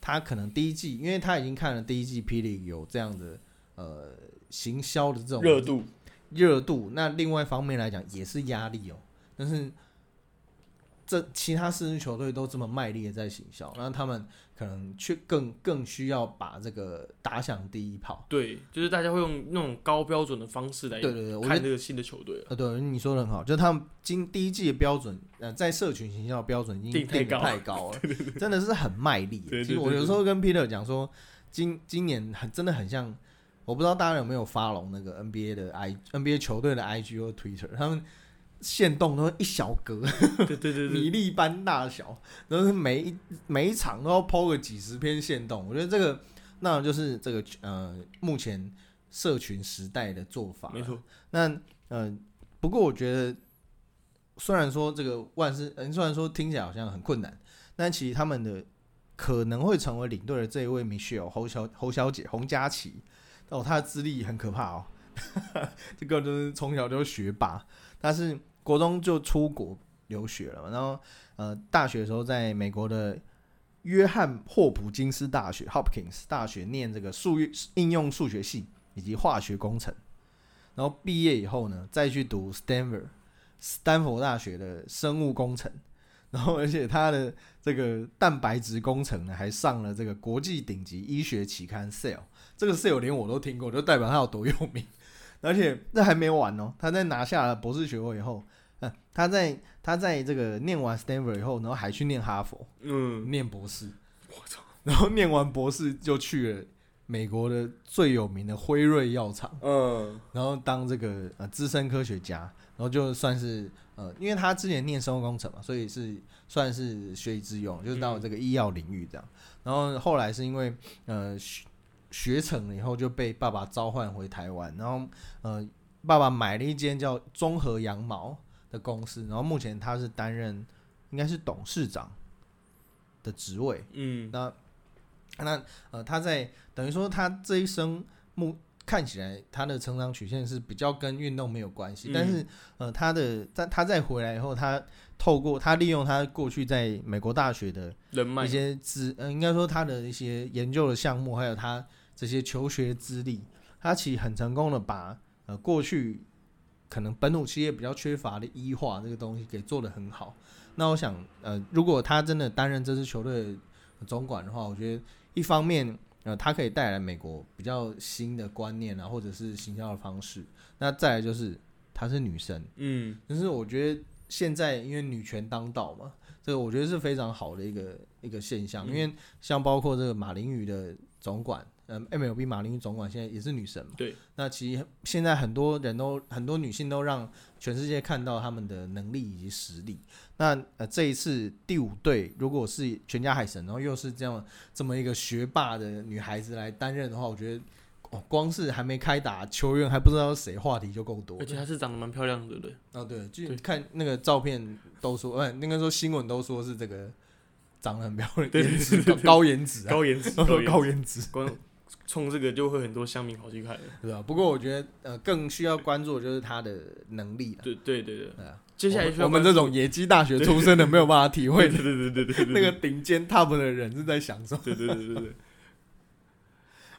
Speaker 2: 他可能第一季，因为他已经看了第一季霹雳有这样的呃行销的这种
Speaker 1: 热度，
Speaker 2: 热度，那另外一方面来讲也是压力哦。但是这其他四支球队都这么卖力的在行销，那他们可能却更更需要把这个打响第一炮。
Speaker 1: 对，就是大家会用那种高标准的方式来
Speaker 2: 对对对，我觉
Speaker 1: 看
Speaker 2: 得
Speaker 1: 这个新的球 队了。啊
Speaker 2: 呃，对你说的很好，就是他们今第一季的标准，呃，在社群形象的标准已经
Speaker 1: 定太
Speaker 2: 定得
Speaker 1: 高
Speaker 2: 太高了， 真的是很卖力。
Speaker 1: 对对
Speaker 2: 其实
Speaker 1: 对
Speaker 2: 我有
Speaker 1: 对
Speaker 2: 时候跟 Peter 讲说，今今年很真的很像，我不知道大家有没有发龙那个 NBA 的 I NBA 球队的 IG 或 Twitter，他们线动都一小格，
Speaker 1: 对对对对，
Speaker 2: 米粒般大小，然后每一每一场都要抛个几十篇线动，我觉得这个那就是这个呃目前社群时代的做法，
Speaker 1: 没错，
Speaker 2: 那呃，不过我觉得，虽然说这个万事，呃虽然说听起来好像很困难，但其实他们的可能会成为领队的这一位 Michelle 侯小侯小姐洪佳琪，哦，她的资历很可怕哦， 这个就是从小就是学霸，她是国中就出国留学了嘛，然后呃，大学的时候在美国的。约翰霍普金斯大学 （Hopkins 大学）念这个数应用数学系以及化学工程，然后毕业以后呢，再去读 Stanford 斯坦福大学的生物工程， 然后而且他的这个蛋白质工程呢，还上了这个国际顶级医学期刊 Cell，这个 Cell 连我都听过，就代表他有多有名。 而且这还没完哦，他在拿下了博士学位以后，呃，他在他在这个念完 Stanford 以后，然后还去念哈佛，
Speaker 1: 嗯，
Speaker 2: 念博士，
Speaker 1: 我操，
Speaker 2: 然后念完博士就去了美国的最有名的辉瑞药厂。
Speaker 1: 嗯，
Speaker 2: 然后当这个呃资深科学家，然后就算是呃，因为他之前念生物工程嘛，所以是算是学以致用，就是到这个医药领域这样。然后后来是因为呃学学成了以后就被爸爸召唤回台湾，然后呃爸爸买了一间叫中和羊毛的公司，然后目前他是担任应该是董事长的职位，
Speaker 1: 嗯，
Speaker 2: 那那呃，他在等于说他这一生目看起来他的成长曲线是比较跟运动没有关系，
Speaker 1: 嗯
Speaker 2: 但是呃，他的在他再回来以后，他透过他利用他过去在美国大学的
Speaker 1: 人脉
Speaker 2: 一，些资，呃，应该说他的一些研究的项目，还有他这些求学资历，他其实很成功的把呃过去可能本土企业比较缺乏的医化这个东西给做得很好。那我想，呃，如果他真的担任这支球队的总管的话，我觉得一方面，呃，他可以带来美国比较新的观念啊，或者是行销的方式。那再来就是她是女生，
Speaker 1: 嗯，
Speaker 2: 就是我觉得现在因为女权当道嘛，这个我觉得是非常好的一个一个现
Speaker 1: 嗯
Speaker 2: 象，因为像包括这个马林鱼的总管，嗯，MLB 马林鱼总管现在也是女神嘛，
Speaker 1: 对，
Speaker 2: 那其实现在很多人都很多女性都让全世界看到他们的能力以及实力。那呃这一次第五队如果是全家海神，然后又是这样这么一个学霸的女孩子来担任的话，我觉得。哦，光是还没开打，球员还不知道是谁，话题就够多了。
Speaker 1: 而且她是长得蛮漂亮的，对不对，
Speaker 2: 哦，对，就
Speaker 1: 对
Speaker 2: 看那个照片都说，呃，应该说新闻都说是这个长得很漂亮，
Speaker 1: 对对
Speaker 2: 颜值
Speaker 1: 对对
Speaker 2: 高高颜值啊，
Speaker 1: 高颜值，
Speaker 2: 都说
Speaker 1: 高
Speaker 2: 高
Speaker 1: 颜
Speaker 2: 颜值，
Speaker 1: 值，光冲这个就会很多乡民跑去看了，
Speaker 2: 对吧？不过我觉得呃，更需要关注的就是他的能力了。
Speaker 1: 对对对对，
Speaker 2: 对啊，
Speaker 1: 接下来
Speaker 2: 我
Speaker 1: 需
Speaker 2: 们
Speaker 1: 要
Speaker 2: 我们这种野鸡大学出身的没有办法体
Speaker 1: 对
Speaker 2: 会
Speaker 1: 对对对对对，对
Speaker 2: 那个顶尖 top 的人是在想什么。
Speaker 1: 对对对对对，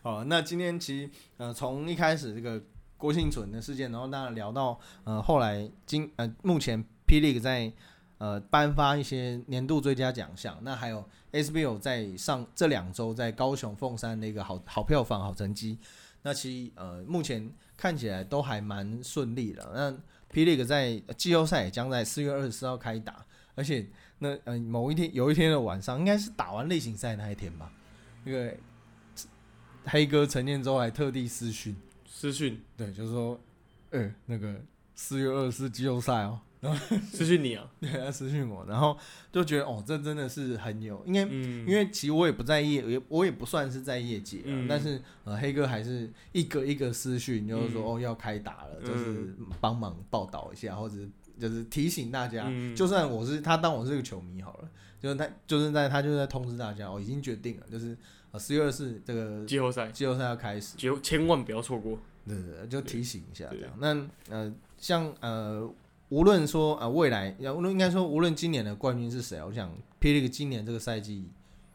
Speaker 2: 哦，那今天其实呃，从一开始这个郭幸存的事件，然后当然聊到呃，后来今呃，目前 P League 在呃颁发一些年度最佳奖项，那还有 SBL 在上这两周在高雄凤山的一个好好票房好成绩，那其实呃目前看起来都还蛮顺利的。那 P League 在呃季后赛也将在四月二十四号开打，而且那呃某一天有一天的晚上，应该是打完类型赛那一天吧。那个黑哥陈建州还特地私讯，
Speaker 1: 私讯
Speaker 2: 对，就是说，呃，那个四月二十四季后赛 哦，
Speaker 1: 私讯你啊，
Speaker 2: 对，他私讯我，然后就觉得哦，这真的是很有，应该
Speaker 1: 嗯，
Speaker 2: 因为其实我也不在业，也我也不算是在业界、啊，
Speaker 1: 嗯
Speaker 2: 但是呃，黑哥还是一个一个私讯，就是说、
Speaker 1: 嗯
Speaker 2: 哦要开打了，
Speaker 1: 嗯
Speaker 2: 就是帮忙报道一下，或者就是提醒大家，
Speaker 1: 嗯
Speaker 2: 就算我是他当我是个球迷好了，就是他就是在他就在通知大家，我、哦已经决定了，就是呃四月二四这个
Speaker 1: 季后赛，
Speaker 2: 季后赛要开始，
Speaker 1: 绝千万不要错过，
Speaker 2: 对对对，就提醒一下
Speaker 1: 对
Speaker 2: 这样。那呃，像呃，无论说呃未来，要无论应该说无论今年的冠军是谁啊，我想 P League 今年这个赛季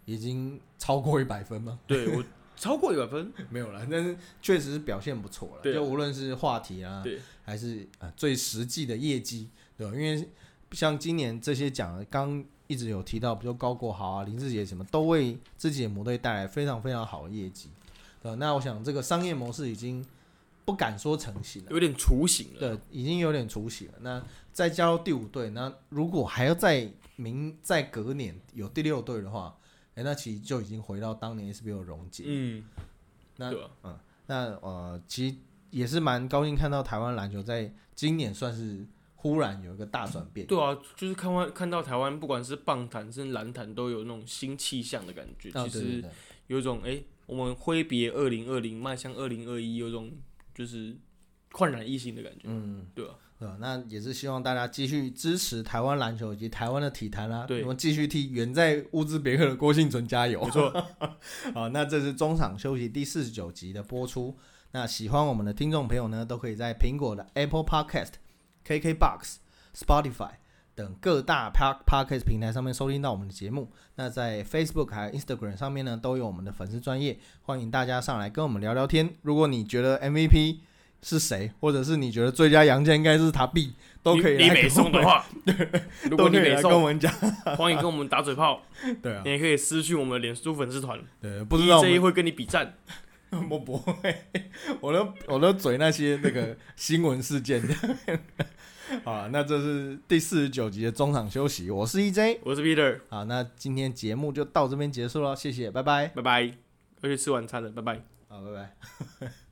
Speaker 2: 已经超过一百分吗？
Speaker 1: 对我超过一百分，
Speaker 2: 没有啦，但是确实是表现不错了。
Speaker 1: 对啊
Speaker 2: 就无论是话题啊
Speaker 1: 对，
Speaker 2: 还是呃最实际的业绩，对吧？因为像今年这些奖，刚一直有提到，比如高国豪啊、林志杰什么，都为自己的母队带来非常非常好的业绩，对吧？那我想这个商业模式已经不敢说成型了。
Speaker 1: 有点雏形了，
Speaker 2: 对，已经有点雏形了。那再加入第五队，那如果还要再明再隔年有第六队的话，哎、那其实就已经回到当年 SBL 溶解。
Speaker 1: 嗯，
Speaker 2: 那
Speaker 1: 对吧？
Speaker 2: 那呃，其实也是蛮高兴看到台湾篮球在今年算是忽然有一个大转变。
Speaker 1: 对啊，就是看完看到台湾不管是棒坛甚至篮坛都有那种新气象的感觉，
Speaker 2: 啊，
Speaker 1: 其
Speaker 2: 对对
Speaker 1: 实
Speaker 2: 对，
Speaker 1: 有一种哎、诶我们挥别二零二零，迈向二零二一，有一种就是焕然一新的感觉，
Speaker 2: 嗯，
Speaker 1: 对吧？
Speaker 2: 对吧？那也是希望大家继续支持台湾篮球以及台湾的体坛啦、啊
Speaker 1: 对
Speaker 2: 我们继续替远在乌兹别克的郭幸存加油。
Speaker 1: 没错，
Speaker 2: 好，那这是中场休息第四十九集的播出。那喜欢我们的听众朋友呢，都可以在苹果的 Apple Podcast、KKBox、Spotify 等各大 Park Podcast 平台上面收听到我们的节目。那在 Facebook 还有 Instagram 上面呢，都有我们的粉丝专业，欢迎大家上来跟我们聊聊天。如果你觉得 MVP 是谁，或者是你觉得最佳洋将应该是塔比，都可以
Speaker 1: 你你
Speaker 2: 来
Speaker 1: 美
Speaker 2: 跟我
Speaker 1: 送的
Speaker 2: 们，
Speaker 1: 话，如
Speaker 2: 都
Speaker 1: 果你
Speaker 2: 可以
Speaker 1: 美
Speaker 2: 来跟我
Speaker 1: 送，
Speaker 2: 们讲。
Speaker 1: 欢迎跟我们打嘴炮，
Speaker 2: 对啊
Speaker 1: 你，也可以私讯我们的脸书粉丝团，
Speaker 2: 对，啊不知道我
Speaker 1: 这
Speaker 2: 们
Speaker 1: 一会跟你比战，
Speaker 2: 我不会，我都我都嘴那些那个新闻事件 的。好啊，那这是第四十九集的中场休息，我是 EJ。
Speaker 1: 我是 Peter，
Speaker 2: 好，那今天节目就到这边结束了，谢谢，拜拜。
Speaker 1: 拜拜，要去吃晚餐了，拜拜。
Speaker 2: 好，拜拜。